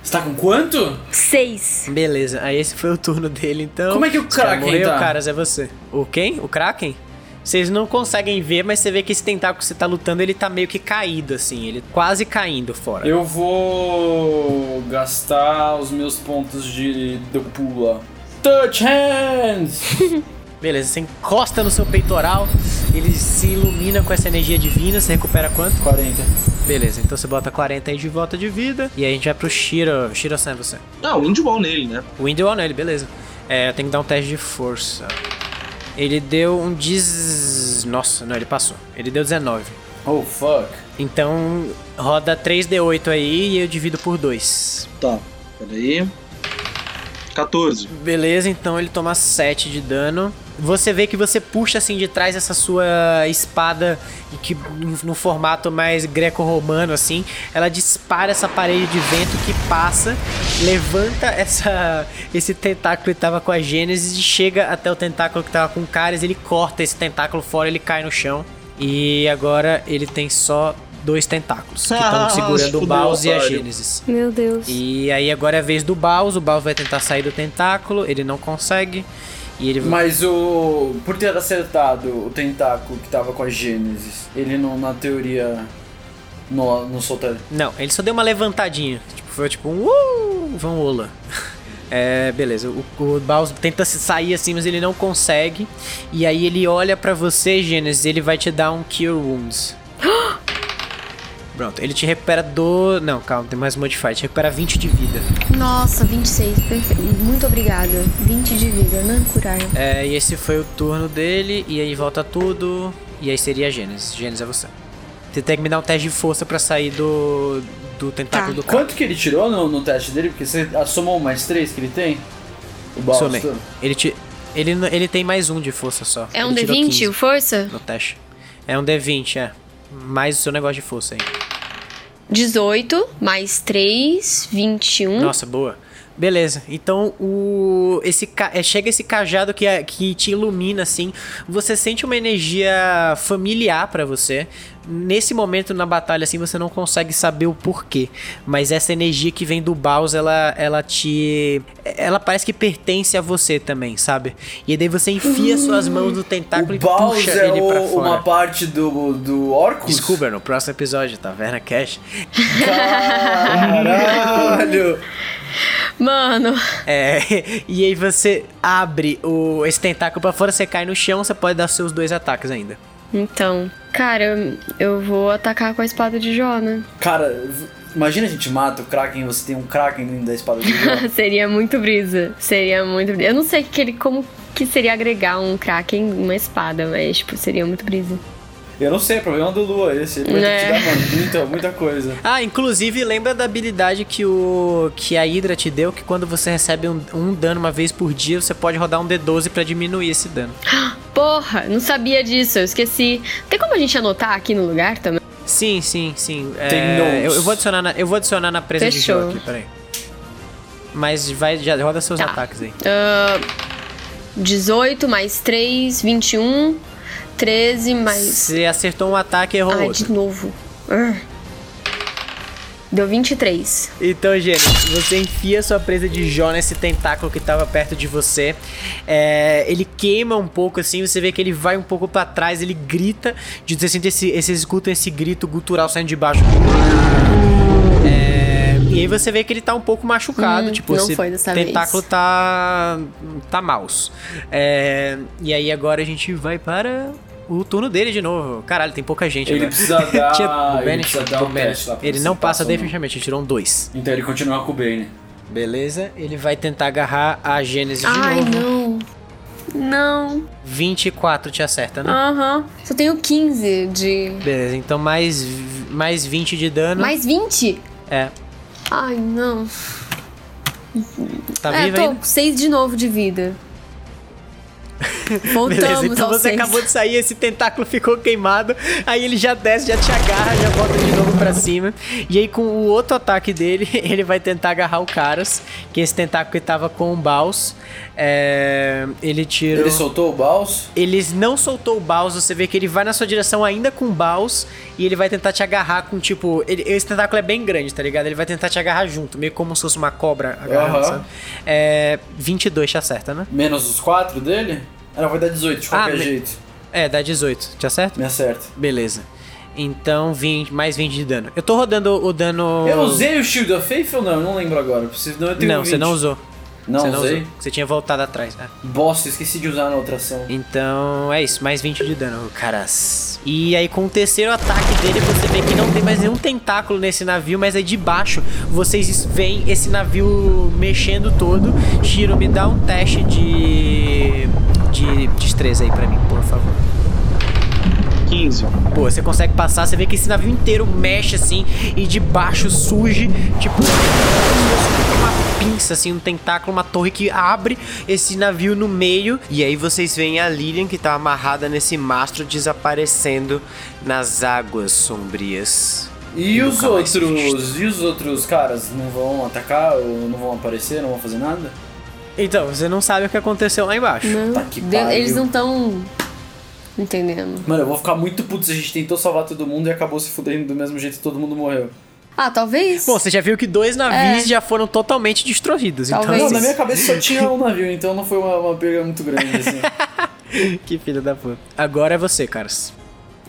S2: Você tá com quanto?
S5: 6.
S1: Beleza, aí esse foi o turno dele, então.
S2: Como é que o
S1: Se já
S2: Kraken
S1: morreu,
S2: tá?
S1: caras, é você. O quem? O Kraken? Vocês não conseguem ver, mas você vê que esse tentáculo que você tá lutando, ele tá meio que caído, assim. Ele quase caindo fora.
S2: Eu vou gastar os meus pontos de do pula. Touch hands!
S1: Beleza, você encosta no seu peitoral, ele se ilumina com essa energia divina, você recupera quanto?
S2: 40.
S1: Beleza, então você bota 40 aí de volta de vida. E aí a gente vai pro Shiro. Shiro sem você.
S4: Ah, o Indy Ball nele, né?
S1: Window nele, beleza. É, eu tenho que dar um teste de força. Ele deu um 10. Nossa, não, ele passou. Ele deu 19.
S2: Oh fuck.
S1: Então, roda 3D8 aí e eu divido por 2.
S4: Tá, peraí. 14.
S1: Beleza, então ele toma 7 de dano. Você vê que você puxa assim de trás essa sua espada e que no formato mais greco-romano assim, ela dispara essa parede de vento que passa, levanta essa esse tentáculo que tava com a Gênesis e chega até o tentáculo que tava com o Caris, ele corta esse tentáculo fora, ele cai no chão. E agora ele tem só dois tentáculos que estão
S4: Ah,
S1: segurando o
S4: fudeu,
S1: Baus e a
S4: otário.
S1: Gênesis.
S5: Meu Deus.
S1: E aí agora é a vez do Baus, o Baus vai tentar sair do tentáculo, ele não consegue. E ele vai.
S2: Mas o. Por ter acertado o tentáculo que tava com a Gênesis, ele não, na teoria. Não, não solta.
S1: Não, ele só deu uma levantadinha. Tipo, foi tipo um. Uh, vão ola. É, beleza. O, o Baus tenta se sair assim, mas ele não consegue. E aí ele olha pra você, Gênesis, e ele vai te dar um Cure Wounds. Pronto, ele te recupera do. Não, calma, tem mais modified. Te recupera 20 de vida.
S3: Nossa, 26, perfeito. Muito obrigada. 20 de vida, não curar.
S1: É, e esse foi o turno dele, e aí volta tudo, e aí seria a Gênesis. Gênesis é você. Você tem que me dar um teste de força pra sair do, do tentáculo do cara.
S2: Quanto que ele tirou no, no teste dele? Porque você somou mais 3 que ele tem? O Balls.
S1: Somei. Ele, te, ele, n- ele tem mais um de força só.
S3: É um
S1: Ele tirou
S3: D20 o
S1: 15
S3: força?
S1: No teste. É um D20, é. Mais o seu negócio de força aí.
S3: 18, mais 3,
S2: Uhum.
S3: 21.
S1: Nossa, boa. Beleza, então o esse ca- é, chega esse cajado que, é- que te ilumina assim. Você sente uma energia familiar pra você. Nesse momento na batalha assim, você não consegue saber o porquê, mas essa energia que vem do Baus, ela ela te ela parece que pertence a você também, sabe? E daí você enfia suas mãos no tentáculo
S2: Uhum. O
S1: e
S2: Balls
S1: puxa
S2: é
S1: ele
S2: o-
S1: pra fora.
S2: uma parte do, do Orcus?
S1: Descubra no próximo episódio, Taverna Cash.
S2: Caralho!
S3: Mano,
S1: É, e aí você abre o, esse tentáculo pra fora, você cai no chão, você pode dar seus dois ataques ainda.
S3: então. Cara, eu vou atacar com a espada de Jó, né?
S2: Cara, v- imagina a gente mata o Kraken, você tem um Kraken dentro da espada de Jó.
S3: seria muito brisa. Seria muito brisa. Eu não sei que ele, como que seria agregar um Kraken uma espada, mas, tipo, seria muito brisa.
S2: Eu não sei, é problema do Lua esse. Ele vai ter que te dar mano, muita, muita coisa.
S1: Ah, inclusive lembra da habilidade que o que a Hydra te deu, que quando você recebe um, um dano uma vez por dia, você pode rodar um D12 pra diminuir esse dano.
S3: Porra, não sabia disso, eu esqueci. Tem como a gente anotar aqui no lugar também?
S1: Sim, sim, sim. É,
S2: Tem notes.
S1: eu, eu vou adicionar na, eu vou adicionar na presa de
S3: Fechou.
S1: jogo aqui, peraí. Mas vai, já roda seus
S3: Tá.
S1: ataques aí.
S3: 18 mais 3, 21. 13 mais.
S1: Você acertou um ataque e errou
S3: Ai,
S1: outro.
S3: de novo. Urgh. Deu 23.
S1: Então, Gênesis, você enfia sua presa de Jó nesse tentáculo que tava perto de você. É, ele queima um pouco assim, você vê que ele vai um pouco pra trás, ele grita. de- assim, Você sente esse, esse, escuta esse grito gutural saindo de baixo. É, e E aí você vê que ele tá um pouco machucado,
S5: Hum,
S1: tipo,
S5: não
S1: esse
S5: foi dessa
S1: tentáculo
S5: vez.
S1: tá. tá maus. É, e aí agora a gente vai para o turno dele de novo. Caralho, tem pouca gente.
S2: Ele
S1: agora.
S2: precisa dar-
S1: Tinha- o
S2: ele
S1: Bennett-
S2: precisa dar
S1: o
S2: um
S1: Bennett.
S2: teste lá pra
S1: Ele
S2: ver
S1: não
S2: se passa
S1: passa
S2: ou não.
S1: definitivamente, ele tirou um 2.
S2: Então ele continua com o Bane.
S1: Beleza, ele vai tentar agarrar a Gênesis de
S5: Ai,
S1: novo.
S5: não. Não.
S1: 24 te acerta, né?
S5: Aham. Só tenho 15 de.
S1: Beleza, então mais, v- mais 20 de dano.
S5: Mais 20?
S1: É,
S5: Ai, não.
S1: tá
S5: é,
S1: viva
S5: tô
S1: ainda?
S5: com 6 de novo de vida. Voltamos
S1: Beleza, então
S5: ao
S1: você
S5: seis.
S1: acabou de sair, esse tentáculo ficou queimado, aí ele já desce, já te agarra, já volta de novo pra cima. E aí com o outro ataque dele, ele vai tentar agarrar o Caras, que esse tentáculo que tava com o Baus. É, ele tirou...
S2: Ele soltou o Baus.
S1: Eles não soltou o Baus, você vê que ele vai na sua direção ainda com o Baus e ele vai tentar te agarrar com tipo. ele- esse tentáculo é bem grande, tá ligado? Ele vai tentar te agarrar junto, meio como se fosse uma cobra agarrando,
S2: Aham.
S1: sabe? É. 22 te acerta, né?
S2: Menos os 4 dele? Ela vai dar 18 de
S1: Ah,
S2: qualquer
S1: me-
S2: jeito.
S1: É, dá 18, te acerta?
S2: Me acerta.
S1: Beleza. Então, 20, mais 20 de dano. Eu tô rodando o dano.
S2: Eu usei o Shield of Faith ou não? Eu Não lembro agora. Preciso- Não, eu tenho
S1: Não, você
S2: 20.
S1: não usou.
S2: Não
S1: você não
S2: usei?
S1: usou. Você tinha voltado atrás. né?
S2: Bosta, eu esqueci de usar na outra ação.
S1: Então é isso, mais 20 de dano, caras. E aí com o terceiro ataque dele, você vê que não tem mais nenhum tentáculo nesse navio, mas aí de baixo vocês veem esse navio mexendo todo. Shiro, me dá um teste de. de destreza aí pra mim, por favor.
S4: 15.
S1: Pô, você consegue passar, você vê que esse navio inteiro mexe assim e de baixo surge, tipo, uma pinça assim, um tentáculo, uma torre que abre esse navio no meio. E aí vocês veem a Lilian que tá amarrada nesse mastro desaparecendo nas águas sombrias.
S2: E os
S1: Nunca mais
S2: outros. E os outros caras não vão atacar ou não vão aparecer, não vão fazer nada?
S1: Então, você não sabe o que aconteceu lá embaixo.
S5: Não.
S2: Tá que
S5: De-
S2: pariu.
S5: Eles não estão entendendo.
S2: Mano, eu vou ficar muito puto se a gente tentou salvar todo mundo e acabou se fudendo do mesmo jeito que todo mundo morreu.
S5: Ah, talvez.
S1: Bom, você já viu que dois navios
S5: É.
S1: já foram totalmente destruídos.
S5: Talvez.
S2: Não,
S1: Então,
S2: na
S1: assim,
S2: minha cabeça só tinha um navio, então não foi uma, uma pega muito grande assim.
S1: que filho da puta. Agora é você, caras.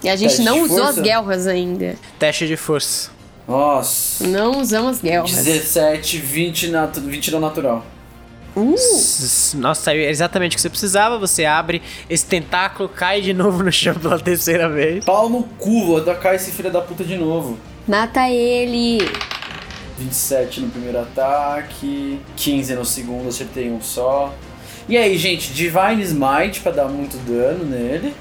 S5: e a gente
S2: teste de
S5: não usou
S2: força?
S5: as guerras ainda.
S1: Teste de força.
S2: Nossa.
S5: Não usamos as guerras.
S2: 17, 20, natu 20 não natural.
S1: Tipo,
S5: Uh,
S1: S- Nossa, saiu exatamente o que você precisava. Você abre esse tentáculo, cai de novo no chão pela terceira vez.
S2: Pau no cu, vou atacar esse filho da puta de novo.
S5: mata ele.
S2: 27 no primeiro ataque, 15 no segundo, acertei um só. E aí, gente, Divine Smite pra dar muito dano nele?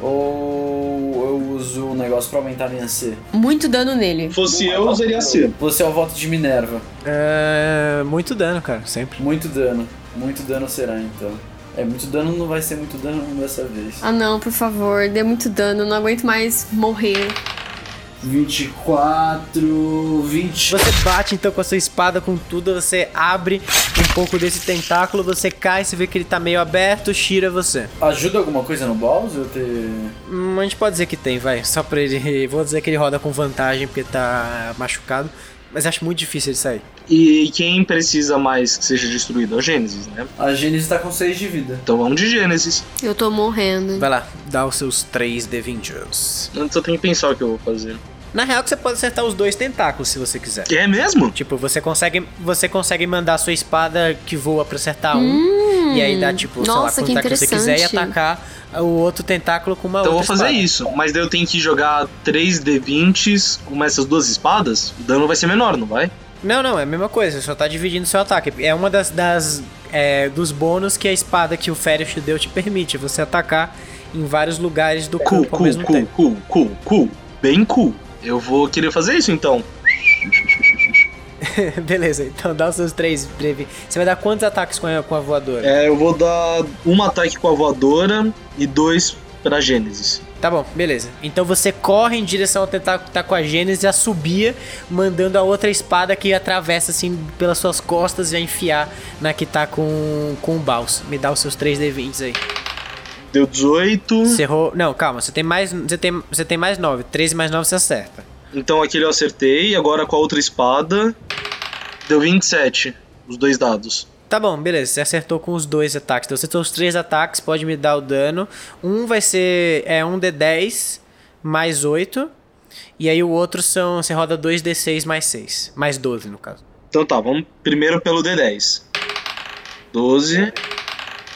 S2: Ou eu uso o negócio pra aumentar minha C?
S5: Muito dano nele.
S4: Fosse eu, usaria C.
S2: Você é o voto de Minerva.
S1: É, muito dano, cara, sempre.
S2: Muito dano. Muito dano será, então. É, muito dano não vai ser muito dano dessa vez.
S5: Ah não, por favor, deu muito dano, não aguento mais morrer.
S2: 24, 20.
S1: Você bate então com a sua espada, com tudo, você abre um pouco desse tentáculo, você cai, você vê que ele tá meio aberto, tira você.
S2: Ajuda alguma coisa no Balls? Eu ter.
S1: Hum, a gente pode dizer que tem, vai. Só pra ele. Vou dizer que ele roda com vantagem porque tá machucado. Mas acho muito difícil ele sair.
S4: E quem precisa mais que seja destruído? A Gênesis, né?
S2: A Gênesis tá com 6 de vida.
S4: Então vamos de Gênesis.
S5: Eu tô morrendo.
S1: Vai lá, dá os seus 3 D20.
S4: Eu só tenho que pensar o que eu vou fazer.
S1: Na real, que você pode acertar os dois tentáculos se você quiser.
S4: É mesmo?
S1: Tipo, você consegue, você consegue mandar sua espada que voa pra acertar um. E aí dá, tipo,
S5: Nossa,
S1: sei lá,
S5: que
S1: quanto que você quiser e
S5: interessante.
S1: atacar o outro tentáculo com uma
S4: Então eu
S1: outra
S4: vou fazer
S1: espada.
S4: isso. Mas daí eu tenho que jogar 3 D20s com essas duas espadas. O dano vai ser menor, não vai?
S1: Não, não, é a mesma coisa, você só tá dividindo seu ataque. É uma das, das é, dos bônus que a espada que o Férias te deu te permite, você atacar em vários lugares do corpo É,
S4: Cool,
S1: ao
S4: cool,
S1: mesmo
S4: cool,
S1: tempo.
S4: cool, cool, cool. Bem cool. Eu vou querer fazer isso então.
S1: Beleza, então dá os seus três breve. Você vai dar quantos ataques com a, com a voadora?
S4: É, eu vou dar um ataque com a voadora e dois pra Gênesis.
S1: Tá bom, beleza. Então você corre em direção ao tentáculo que tá com a Gênesis e assobia, mandando a outra espada que atravessa assim pelas suas costas e vai enfiar na que tá com, com o Baus. Me dá os seus 3D20 aí.
S4: Deu 18.
S1: Você errou. Não, calma, você tem mais. Você tem, você tem mais 9. 13 mais 9 você acerta.
S4: Então aquele eu acertei. Agora com a outra espada. Deu 27. Os dois dados.
S1: Tá bom, beleza. Você acertou com os dois ataques. Então você tem os três ataques, pode me dar o dano. Um vai ser. É um D10 mais 8. E aí o outro são. Você roda 2d6 mais 6. Mais 12, no caso.
S4: Então tá, vamos primeiro pelo D10. 12,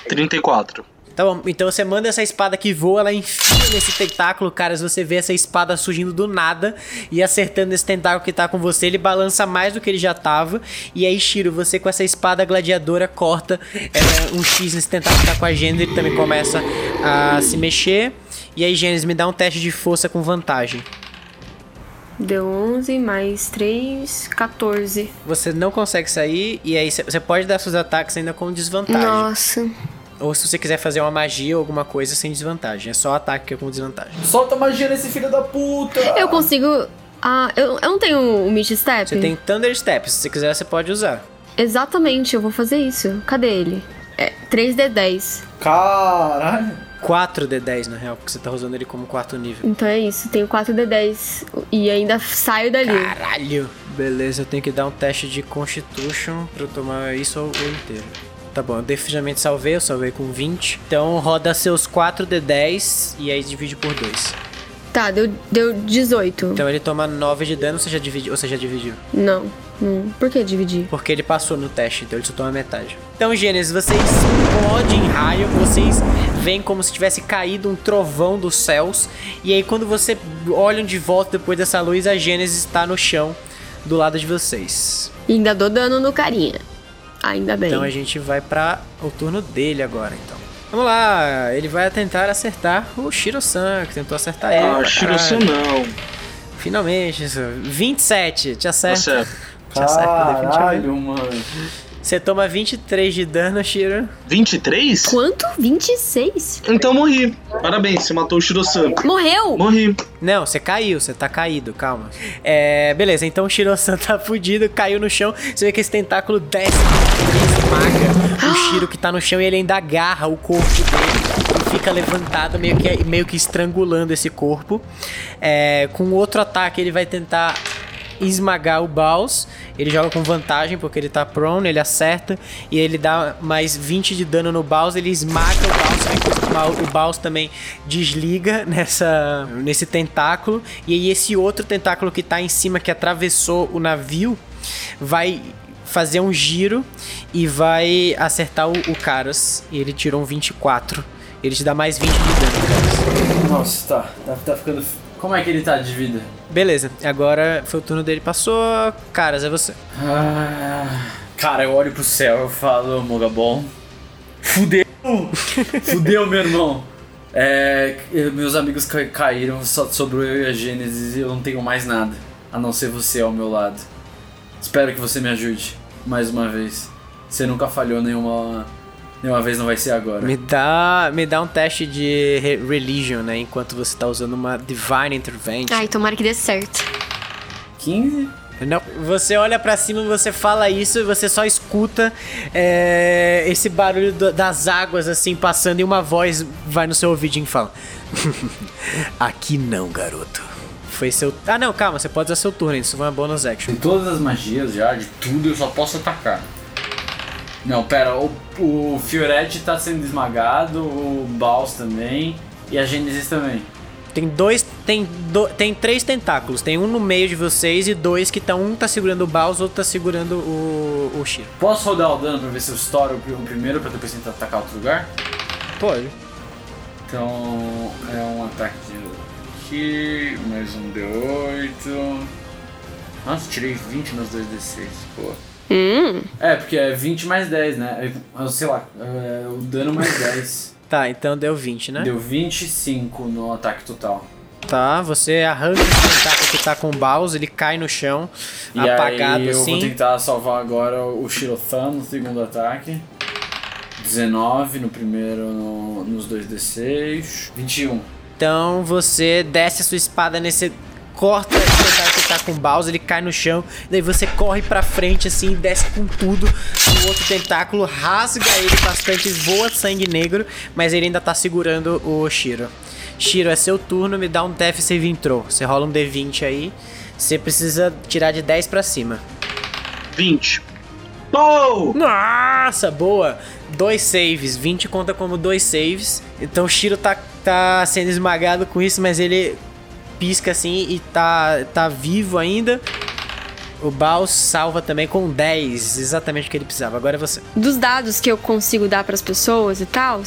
S4: 34.
S1: Tá bom, então você manda essa espada que voa, ela enfia nesse tentáculo, caras. Você vê essa espada surgindo do nada e acertando esse tentáculo que tá com você. Ele balança mais do que ele já tava. E aí, Shiro, você com essa espada gladiadora corta é, um X nesse tentáculo que tá com a Gênesis. Ele também começa a se mexer. E aí, Gênesis, me dá um teste de força com vantagem.
S5: Deu 11 mais 3, 14.
S1: Você não consegue sair, e aí você- você pode dar seus ataques ainda com desvantagem.
S5: Nossa.
S1: Ou se você quiser fazer uma magia ou alguma coisa sem desvantagem. É só ataque que é com desvantagem.
S2: Solta a magia nesse filho da puta!
S5: Eu consigo. Ah, eu, eu não tenho o Mid Step?
S1: Você tem Thunder Step, se você quiser você pode usar.
S5: Exatamente, eu vou fazer isso. Cadê ele? É 3D10.
S2: Caralho!
S1: 4d10 na real, porque você tá usando ele como quarto nível.
S5: Então é isso, tenho 4D10 e ainda saio dali.
S1: Caralho! Beleza, eu tenho que dar um teste de Constitution pra eu tomar isso ou ou inteiro. Tá bom, eu definitivamente salvei, eu salvei com 20. Então roda seus 4d10 e aí divide por 2.
S5: Tá, deu, deu 18.
S1: Então ele toma 9 de dano, você já divide, ou você já dividiu?
S5: Não. Hum, por que dividir?
S1: Porque ele passou no teste, então ele só toma metade. Então, Gênesis, vocês explodem em raio, vocês veem como se tivesse caído um trovão dos céus. E aí, quando você olham de volta depois dessa luz, a Gênesis está no chão do lado de vocês.
S5: E ainda dou dano no carinha. Ainda bem.
S1: Então a gente vai para o turno dele agora, então. Vamos lá, ele vai tentar acertar o Shiro-san, que tentou acertar ele.
S4: Ah,
S1: pra
S4: Shirosu
S1: caralho.
S4: não.
S1: Finalmente, isso. 27, te
S4: Tá
S1: acerta.
S4: certo.
S1: Te acerta definitivamente.
S2: Caralho, mano.
S1: Você toma 23 de dano, Shiro.
S4: 23?
S5: Quanto? 26?
S4: Então morri. Parabéns, você matou o Shirosan.
S5: Morreu!
S4: Morri.
S1: Não, você caiu, você tá caído, calma. É, beleza, então o Shiro-san tá fudido, caiu no chão. Você vê que esse tentáculo desce e esmaga o Shiro que tá no chão e ele ainda agarra o corpo dele e fica levantado, meio que, meio que estrangulando esse corpo. É, com outro ataque, ele vai tentar esmagar o Baus. Ele joga com vantagem porque ele tá prone, ele acerta e ele dá mais 20 de dano no Baus, ele esmaga o Baus, aí com o Baus- o Baus também desliga nessa nesse tentáculo e aí esse outro tentáculo que tá em cima que atravessou o navio vai fazer um giro e vai acertar o, o Karos e ele tirou um 24. Ele te dá mais 20 de dano, Karos.
S2: Nossa, tá, tá. Tá ficando. Como é que ele tá de vida?
S1: Beleza, agora foi o turno dele, passou. Karas, é você.
S2: Ah, cara, eu olho pro céu eu falo, Mogabon. Fudeu! Fudeu, meu irmão! É, eu- meus amigos ca- caíram, só sobrou eu e a Gênesis e eu não tenho mais nada, a não ser você ao meu lado. Espero que você me ajude, mais uma vez. Você nunca falhou nenhuma, nenhuma vez, não vai ser agora.
S1: Me dá, me dá um teste de re- religion, né? Enquanto você tá usando uma divine intervention.
S5: Ai, tomara que dê certo.
S2: 15?
S1: Não. Você olha pra cima, você fala isso e você só escuta é, esse barulho do- das águas assim passando e uma voz vai no seu ouvidinho e fala: Aqui não, garoto. Foi seu. Ah, não, calma, você pode usar seu turno, isso foi uma bonus action.
S2: De todas as magias já, de tudo, eu só posso atacar. Não, pera, o, o Fioretti tá sendo esmagado, o Baus também, e a Genesis também.
S1: Tem dois. Tem, do- tem três tentáculos. Tem um no meio de vocês e dois que estão. Um tá segurando o Baus, outro tá segurando o, o Shiro.
S2: Posso rodar o dano pra ver se eu estouro o prim- o primeiro pra depois tentar atacar outro lugar?
S1: Pode.
S2: Então é um ataque de aqui, mais um D8. Nossa, tirei 20 nos dois D6, pô.
S5: Hum,
S2: É, porque é 20 mais 10, né? É, Sei lá, é, o dano mais 10.
S1: Tá, então deu 20, né?
S2: Deu 25 no ataque total.
S1: Tá, você arranca esse tentáculo que tá com o Baus, ele cai no chão,
S2: E
S1: apagado
S2: aí eu
S1: assim.
S2: vou tentar salvar agora o Shirothan no segundo ataque. 19 no primeiro, no- nos dois D6. 21.
S1: Então você desce a sua espada nesse. Corta esse tentáculo que tá com o Baus, ele cai no chão, daí você corre pra frente assim, desce com tudo no outro tentáculo, rasga ele bastante, voa sangue negro, mas ele ainda tá segurando o Shiro. Shiro, é seu turno, me dá um TF save intro. Você rola um D20 aí, você precisa tirar de 10 pra cima.
S4: 20. Pou!
S1: Nossa, boa! Dois saves, 20 conta como dois saves. Então o Shiro tá, tá sendo esmagado com isso, mas ele pisca assim e tá, tá vivo ainda. O Baus salva também com 10, exatamente o que ele precisava. Agora é você.
S5: Dos dados que eu consigo dar pras pessoas e tal,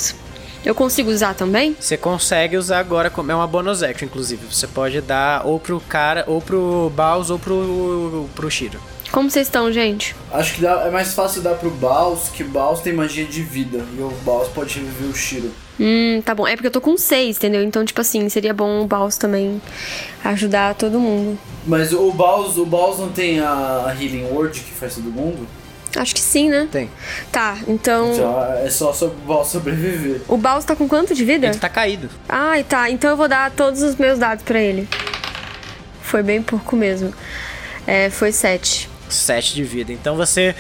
S5: eu consigo usar também?
S1: Você consegue usar agora, como é uma bonus action, inclusive. Você pode dar ou pro cara, ou pro Baus, ou pro, pro Shiro.
S5: Como vocês estão, gente?
S2: Acho que dá- é mais fácil dar pro Baus, que Baus tem magia de vida. E o Baus pode reviver o Shiro.
S5: Hum, tá bom. É porque eu tô com seis, entendeu? Então, tipo assim, seria bom o Baus também ajudar todo mundo.
S2: Mas o Baus, o Baus não tem a a Healing Word que faz todo mundo?
S5: Acho que sim, né?
S1: Tem.
S5: Tá, então.
S2: Então é só sobre o Baus sobreviver.
S5: O Baus tá com quanto de vida?
S1: Ele tá caído.
S5: Ai, tá. Então eu vou dar todos os meus dados pra ele. Foi bem pouco mesmo. É, foi sete.
S1: 7 de vida. Então você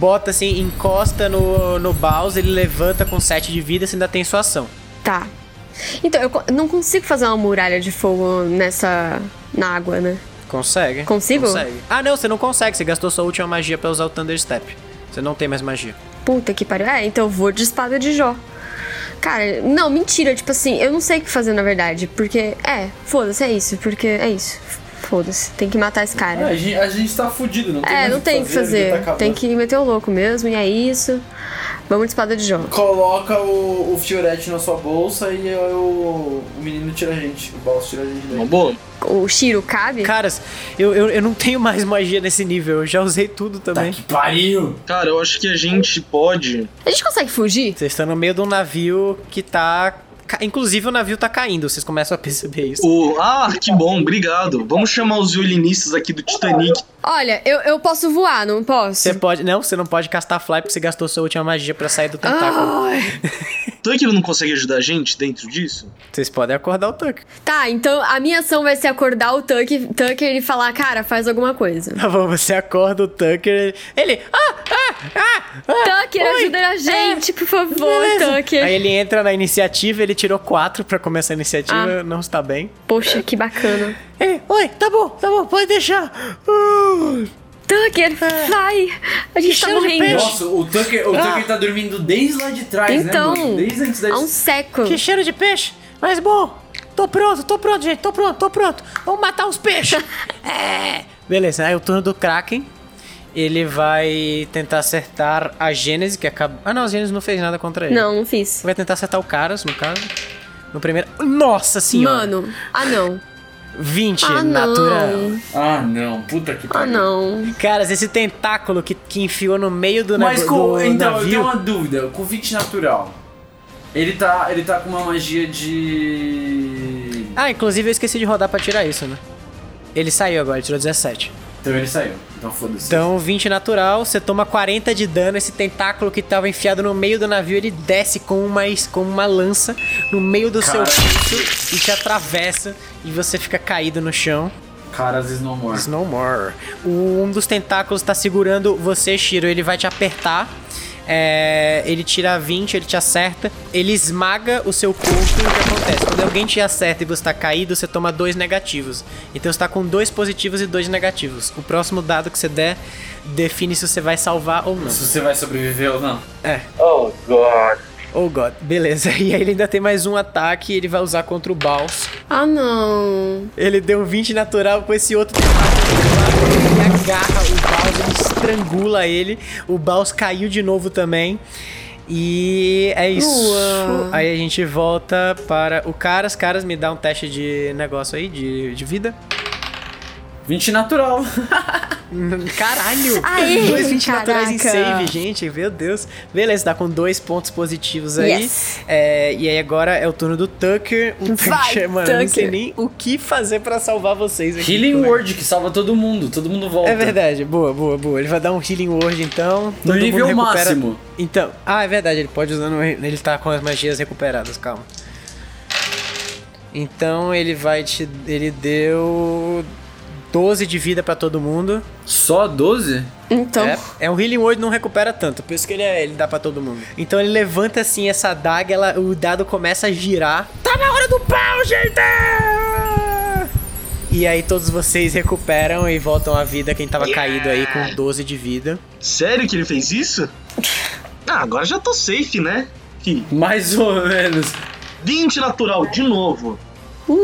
S1: bota assim, encosta no, no Baus, ele levanta com 7 de vida, você ainda tem sua ação.
S5: Tá. Então, eu co- não consigo fazer uma muralha de fogo nessa. na água, né?
S1: Consegue.
S5: Consigo?
S1: Consegue. Ah, não, você não consegue. Você gastou sua última magia pra usar o Thunder Step. Você não tem mais magia.
S5: Puta que pariu. É, então eu vou de espada de Jó. Cara, não, mentira. Tipo assim, eu não sei o que fazer na verdade. Porque, é, foda-se, é isso. Porque é isso. Foda-se. Tem que matar esse
S2: Ah, a,
S5: cara.
S2: gente, a gente tá fudido, não tem
S5: É,
S2: mais
S5: não tem o que
S2: a vida
S5: fazer.
S2: tá acabando.
S5: tem que meter o louco mesmo. E é isso. Vamos de espada de Jó.
S2: Coloca o, o Fiorete na sua bolsa e aí o, o menino tira a gente. O Baus tira a gente daí.
S4: Uma boa.
S5: O Shiro cabe?
S1: Caras, eu, eu, eu não tenho mais magia nesse nível. Eu já usei tudo
S2: Tá
S1: também.
S2: que pariu!
S4: Cara, eu acho que a gente pode.
S5: A gente consegue fugir?
S1: Vocês estão no meio de um navio que tá. ca- Inclusive o navio tá caindo, vocês começam a perceber isso.
S4: O... Ah, que bom, obrigado. Vamos chamar os violinistas aqui do Titanic.
S5: Olha, eu, eu posso voar, não posso?
S1: Você pode. Não, você não pode castar fly porque você gastou sua última magia pra sair do tentáculo.
S5: Ai.
S4: Tanto é que ele não consegue ajudar a gente dentro disso?
S1: Vocês podem acordar o Tuck.
S5: Tá, então a minha ação vai ser acordar o Tucker, Tucker e falar, cara, faz alguma coisa.
S1: Tá bom, você acorda o Tucker. Ele. Ah! Ah! Ah! ah
S5: Tucker, ajuda a gente, por favor,
S1: beleza.
S5: Tá Tucker.
S1: Aí ele entra na iniciativa, ele tirou 4 pra começar a iniciativa,
S5: Ah.
S1: não está bem.
S5: Poxa, que bacana.
S1: Ele, Oi, tá bom, tá bom, pode deixar. Uh,
S5: Tucker, vai! A gente tá
S1: Chama É. de
S5: morrendo.
S1: peixe.
S2: Nossa, o Tucker, o
S1: Ah.
S2: Tucker tá dormindo desde lá de trás,
S5: Então,
S2: né? mano? Desde antes da
S5: Há um século.
S1: que cheiro de peixe, mas bom. Tô pronto, tô pronto, gente, tô pronto, tô pronto. Vamos matar os peixes. é. Beleza, aí o turno do Kraken. Ele vai tentar acertar a Gênese, que acabou. Ah, não, a Gênese não fez nada contra ele.
S5: Não, não fiz.
S1: Vai tentar acertar o Caras, no caso. No primeiro. Nossa senhora!
S5: Mano, ah não.
S1: 20
S5: Ah
S1: natural.
S5: não.
S2: Ah, não. Puta que
S5: Ah
S2: pariu.
S5: não.
S1: Caras, esse tentáculo que, que enfiou no meio do,
S2: Mas
S1: nav-
S2: com,
S1: do
S2: então, eu
S1: navio.
S2: tenho uma dúvida. Com 20 natural, ele tá, ele tá com uma magia de...
S1: Ah, inclusive eu esqueci de rodar pra tirar isso, né? Ele saiu agora, ele tirou 17.
S2: Então ele saiu. Então foda-se.
S1: Então, 20 natural, você toma 40 de dano. Esse tentáculo que tava enfiado no meio do navio, ele desce com uma, es- com uma lança no meio do seu
S2: Caralho.
S1: peito e te atravessa. E você fica caído no chão.
S2: Caras is no more.
S1: No more. O- um dos tentáculos tá segurando você, Shiro. Ele vai te apertar. É, ele tira 20, ele te acerta. Ele esmaga o seu corpo. E o que acontece? Quando alguém te acerta e você tá caído, você toma dois negativos. Então você tá com dois positivos e dois negativos. O próximo dado que você der define se você vai salvar ou não.
S2: Se você vai sobreviver ou não.
S1: É.
S4: Oh, God.
S1: Oh, God. Beleza. E aí ele ainda tem mais um ataque. Ele vai usar contra o Baus.
S5: Ah não.
S1: Ele deu 20 natural com esse outro tentáculo. Ele agarra o Baus, ele estrangula ele. O Baus caiu de novo também. E é isso.
S5: Ua.
S1: Aí a gente volta para o Caras. Caras, me dá um teste de negócio aí, de, de vida.
S2: 20 natural.
S1: Caralho!
S5: Aê,
S1: dois 20 naturais em
S5: caraca.
S1: save, gente. Meu Deus. Beleza, tá com dois pontos positivos aí.
S5: Yes.
S1: É, e aí agora é o turno do Tucker. O Tucker,
S5: Vai,
S1: mano, eu não sei
S5: Tucker.
S1: nem o que fazer pra salvar vocês aqui.
S2: Healing
S1: Como é que-
S2: Word que salva todo mundo. Todo mundo volta.
S1: É verdade, boa, boa, boa. Ele vai dar um healing word então.
S2: No
S1: todo mundo
S2: nível
S1: recupera-
S2: máximo.
S1: Então, ah, é verdade, ele pode usando. Ele tá com as magias recuperadas, calma. Então ele vai te. Ele deu. 12 de vida pra todo mundo.
S2: Só 12?
S5: Então.
S1: É, é um healing word, não recupera tanto. Por isso que ele, é- ele dá pra todo mundo. Então ele levanta assim essa adaga, ela, o dado começa a girar. Tá na hora do pau, gente! E aí todos vocês recuperam e voltam à vida quem tava caído aí com 12 de vida.
S4: Sério que ele fez isso? Ah, agora já tô safe, né? Que
S2: Mais ou menos.
S4: 20 natural de novo.
S5: Uh!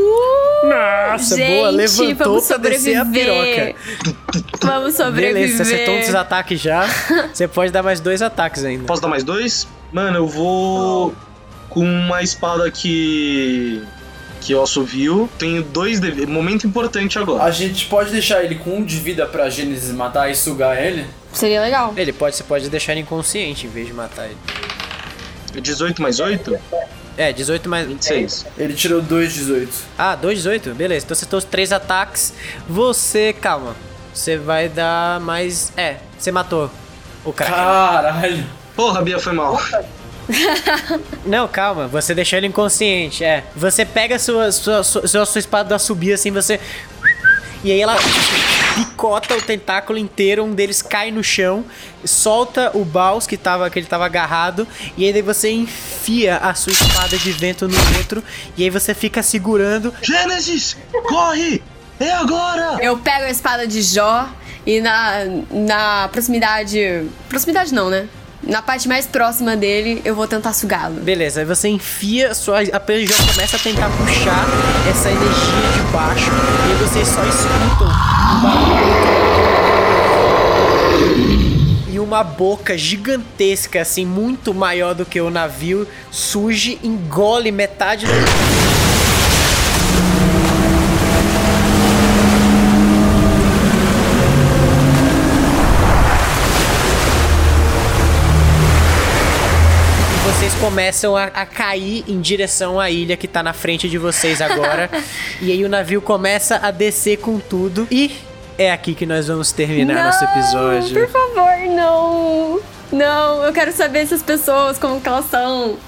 S1: Nossa,
S5: gente,
S1: boa, levantou
S5: vamos
S1: pra descer a
S5: sobreviver.
S1: piroca.
S5: Vamos sobreviver.
S1: Beleza, você acertou um dos ataques já. Você pode dar mais dois ataques ainda.
S4: Posso dar mais dois? Mano, eu vou com uma espada que. que o assovio. Tenho dois. De... Momento importante agora.
S2: A gente pode deixar ele com um de vida pra Gênesis matar e sugar ele?
S5: Seria legal.
S1: Ele pode, você pode deixar ele inconsciente em vez de matar ele.
S4: 18 mais 8?
S1: É, 18 mais.
S4: 26.
S2: Ele tirou 2,18.
S1: Ah, 2, 18? Beleza. Então você tem os três ataques. Você, calma. Você vai dar mais. É, você matou o cara.
S2: Caralho.
S4: Porra, Bia, foi mal.
S1: Não, calma. Você deixou ele inconsciente. É. Você pega sua, sua, sua, sua, sua espada da subir assim, você. E aí ela picota o tentáculo inteiro, um deles cai no chão, solta o baus que, tava, que ele tava agarrado, e aí daí você enfia a sua espada de vento no outro, e aí você fica segurando,
S4: Gênesis, corre! É agora!
S5: Eu pego a espada de Jó e na, na proximidade. Proximidade não, né? Na parte mais próxima dele, eu vou tentar sugá-lo.
S1: Beleza, aí você enfia sua. A Pedro já começa a tentar puxar essa energia de baixo e aí vocês só escutam um barulho. E uma boca gigantesca, assim, muito maior do que o navio, surge, engole metade do. Vocês começam a, a cair em direção à ilha que tá na frente de vocês agora. e aí o navio começa a descer com tudo. E é aqui que nós vamos terminar Né, nosso episódio.
S5: Por favor, não! Não, eu quero saber essas pessoas, como que elas são.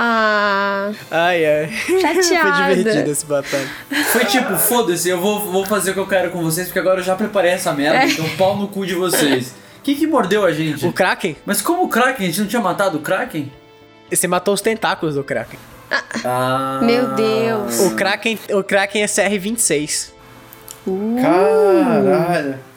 S5: Ah,
S1: Ai, ai.
S5: Chateada.
S1: Foi divertido esse batalha.
S2: Foi tipo, foda-se, eu vou, vou fazer o que eu quero com vocês, porque agora eu já preparei essa merda, então pau no cu de vocês. Quem que mordeu a gente?
S1: O Kraken?
S2: Mas como o Kraken? A gente não tinha matado o Kraken?
S1: Você matou os tentáculos do Kraken.
S2: Ah.
S5: Meu Deus.
S1: O Kraken, o Kraken é CR26.
S2: Caralho.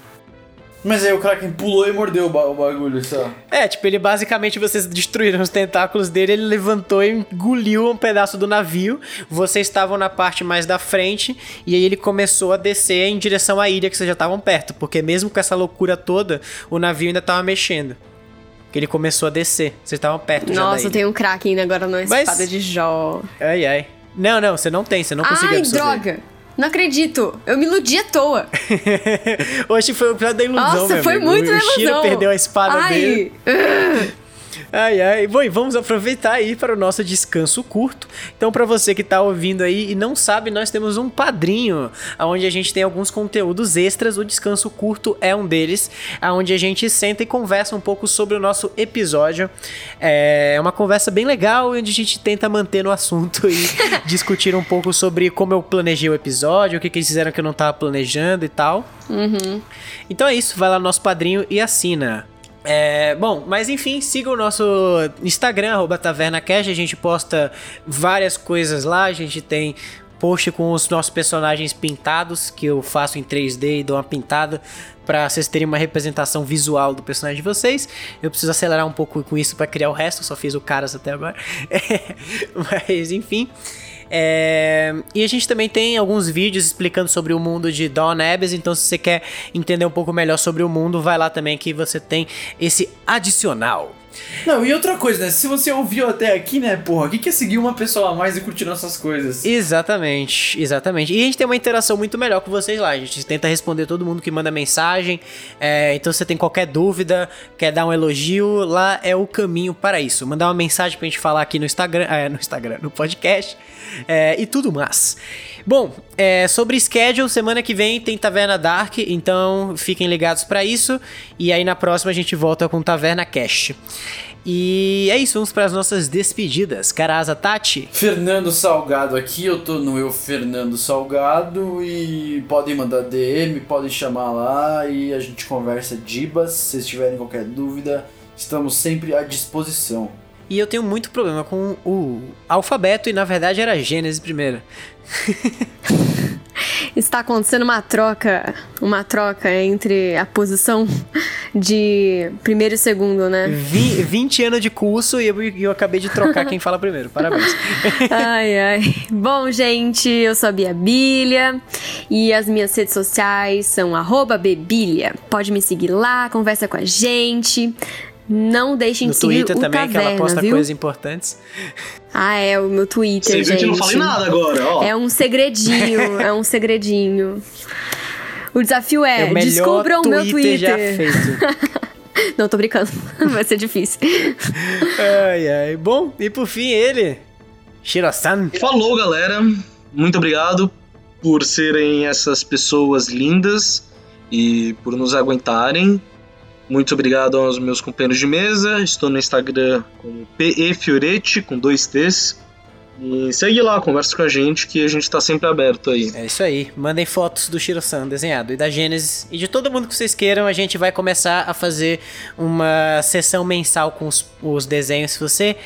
S2: Mas aí o Kraken pulou e mordeu o, ba- o bagulho, só.
S1: É, tipo, ele basicamente, vocês destruíram os tentáculos dele, ele levantou e engoliu um pedaço do navio. Vocês estavam na parte mais da frente, e aí ele começou a descer em direção à ilha que vocês já estavam perto, porque mesmo com essa loucura toda, o navio ainda tava mexendo. Que ele começou a descer. Vocês estavam perto já da
S5: nossa,
S1: ilha.
S5: eu tenho um crack ainda agora na
S1: Mas-
S5: espada de Jó.
S1: Ai, ai. Não, não, você não tem, você não conseguiu
S5: Ai,
S1: absorver.
S5: droga! Não acredito! Eu me iludi à toa!
S1: Hoje foi o pior da ilusão,
S5: Nossa,
S1: meu
S5: foi
S1: amigo.
S5: muito
S1: o
S5: na
S1: Shiro
S5: ilusão.
S1: perdeu a espada
S5: Ai,
S1: dele. Ai, ai. Bom, e vamos aproveitar aí para o nosso descanso curto. Então, para você que tá ouvindo aí e não sabe, nós temos um padrinho, onde a gente tem alguns conteúdos extras. O descanso curto é um deles, onde a gente senta e conversa um pouco sobre o nosso episódio. É uma conversa bem legal, onde a gente tenta manter no assunto e discutir um pouco sobre como eu planejei o episódio, o que, que eles fizeram que eu não tava planejando e tal. Então é isso, vai lá no nosso padrinho e assina. É, bom, mas enfim, siga o nosso Instagram, arroba TavernaCast, a gente posta várias coisas lá, a gente tem post com os nossos personagens pintados, que eu faço em 3D e dou uma pintada pra vocês terem uma representação visual do personagem de vocês. Eu preciso acelerar um pouco com isso pra criar o resto, eu só fiz o Caras até agora. mas enfim. É, e a gente também tem alguns vídeos explicando sobre o mundo de Dawn Abyss, então se você quer entender um pouco melhor sobre o mundo, vai lá também que você tem esse adicional.
S2: Não, e outra coisa, né? Se você ouviu até aqui, né, porra, o que que é seguir uma pessoa a mais e curtir nossas coisas?
S1: Exatamente, exatamente. E a gente tem uma interação muito melhor com vocês lá. A gente tenta responder todo mundo que manda mensagem. É, então, se você tem qualquer dúvida, quer dar um elogio, lá é o caminho para isso. Mandar uma mensagem pra gente falar aqui no Instagram, é, no Instagram, no podcast é, e tudo mais. Bom, é, sobre schedule, semana que vem tem Taverna Dark, então fiquem ligados pra isso. E aí na próxima a gente volta com Taverna Cast. E é isso, vamos para as nossas despedidas. Caraza Tati.
S2: Fernando Salgado aqui, eu tô no eu Fernando Salgado e podem mandar DM, podem chamar lá e a gente conversa dibas, se vocês tiverem qualquer dúvida, estamos sempre à disposição.
S1: E eu tenho muito problema com o alfabeto e na verdade era Gênesis primeiro.
S5: está acontecendo uma troca, uma troca entre a posição de primeiro e segundo, né?
S1: Vi- 20 anos de curso e eu, e eu acabei de trocar quem fala primeiro. Parabéns.
S5: Ai, ai. Bom, gente, eu sou a Bia Bilha e as minhas redes sociais são arroba bebilha. Pode me seguir lá, conversa com a gente. Não deixem
S1: No
S5: de seguir
S1: Twitter
S5: o
S1: também, que
S5: Caverna,
S1: ela posta
S5: viu?
S1: coisas importantes.
S5: Ah, é, o meu Twitter,
S4: Você
S5: gente.
S4: viu que eu não falei nada agora, ó.
S5: É um segredinho, é um segredinho. O desafio
S1: É,
S5: é,
S1: o melhor
S5: descubram o meu
S1: Twitter
S5: Twitter.
S1: já feito.
S5: Não, tô brincando. Vai ser difícil.
S1: ai, ai. Bom, e por fim ele, Shiro-san.
S4: Falou, galera. Muito obrigado por serem essas pessoas lindas e por nos aguentarem. Muito obrigado aos meus companheiros de mesa. Estou no Instagram com PE Fioretti, com dois T's. E segue lá, conversa com a gente que a gente tá sempre aberto aí.
S1: É isso aí. Mandem fotos do Shiro-san desenhado e da Gênesis e de todo mundo que vocês queiram. A gente vai começar a fazer uma sessão mensal com os, os desenhos. Se você.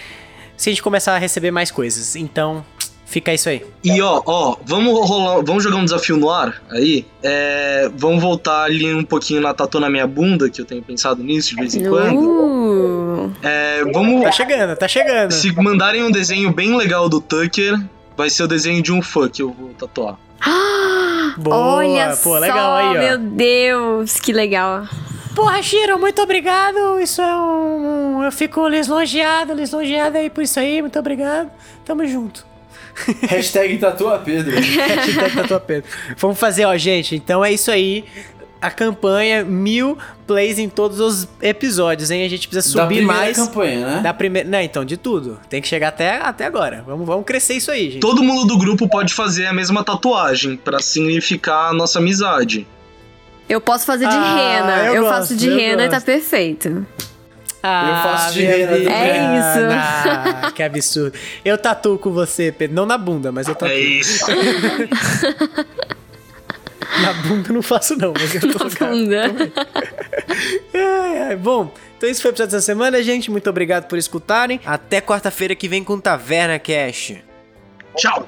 S1: Se a gente começar a receber mais coisas. Então, fica isso aí.
S4: E ó, ó, vamos rolar, vamos jogar um desafio no ar aí. É, vamos voltar ali um pouquinho na tatu na minha bunda, que eu tenho pensado nisso de vez em quando.
S5: Uh,
S4: É, vamos
S1: Tá chegando, tá chegando.
S4: Se mandarem um desenho bem legal do Tucker, vai ser o desenho de um fã que eu vou tatuar.
S1: Boa,
S5: olha
S1: pô,
S5: só,
S1: legal aí, ó.
S5: meu Deus, que legal.
S1: Porra, Shiro, muito obrigado. Isso é um. Eu fico lisonjeado, lisonjeado aí por isso aí. Muito obrigado. Tamo junto.
S2: Hashtag tatua Pedro.
S1: Hashtag Tatua Pedro. tá Vamos fazer, ó, gente. Então é isso aí. A campanha, mil plays em todos os episódios, hein? A gente precisa
S2: da
S1: subir
S2: primeira
S1: mais.
S2: campanha, né?
S1: Da primeira. Não, então, de tudo. Tem que chegar até, até agora. Vamos, vamos crescer isso aí, gente.
S4: Todo mundo do grupo pode fazer a mesma tatuagem pra significar a nossa amizade.
S5: Eu posso fazer de
S1: Ah,
S5: rena.
S1: eu
S5: Eu,
S1: gosto,
S5: faço de
S1: eu
S5: rena e tá
S1: gosto.
S5: perfeito.
S1: Ah,
S2: faço de
S1: minha
S2: rena
S1: vida.
S2: também.
S5: É isso.
S1: Ah, que absurdo. Eu tatuo com você, Pedro. Não na bunda, mas eu tatuo.
S4: É isso.
S1: Na bunda eu não faço, não, mas eu tô cara.
S5: Bunda.
S1: Ai, ai. Bom, então isso foi o episódio dessa semana, gente. Muito obrigado por escutarem. Até quarta-feira que vem com Taverna Cash.
S4: Tchau.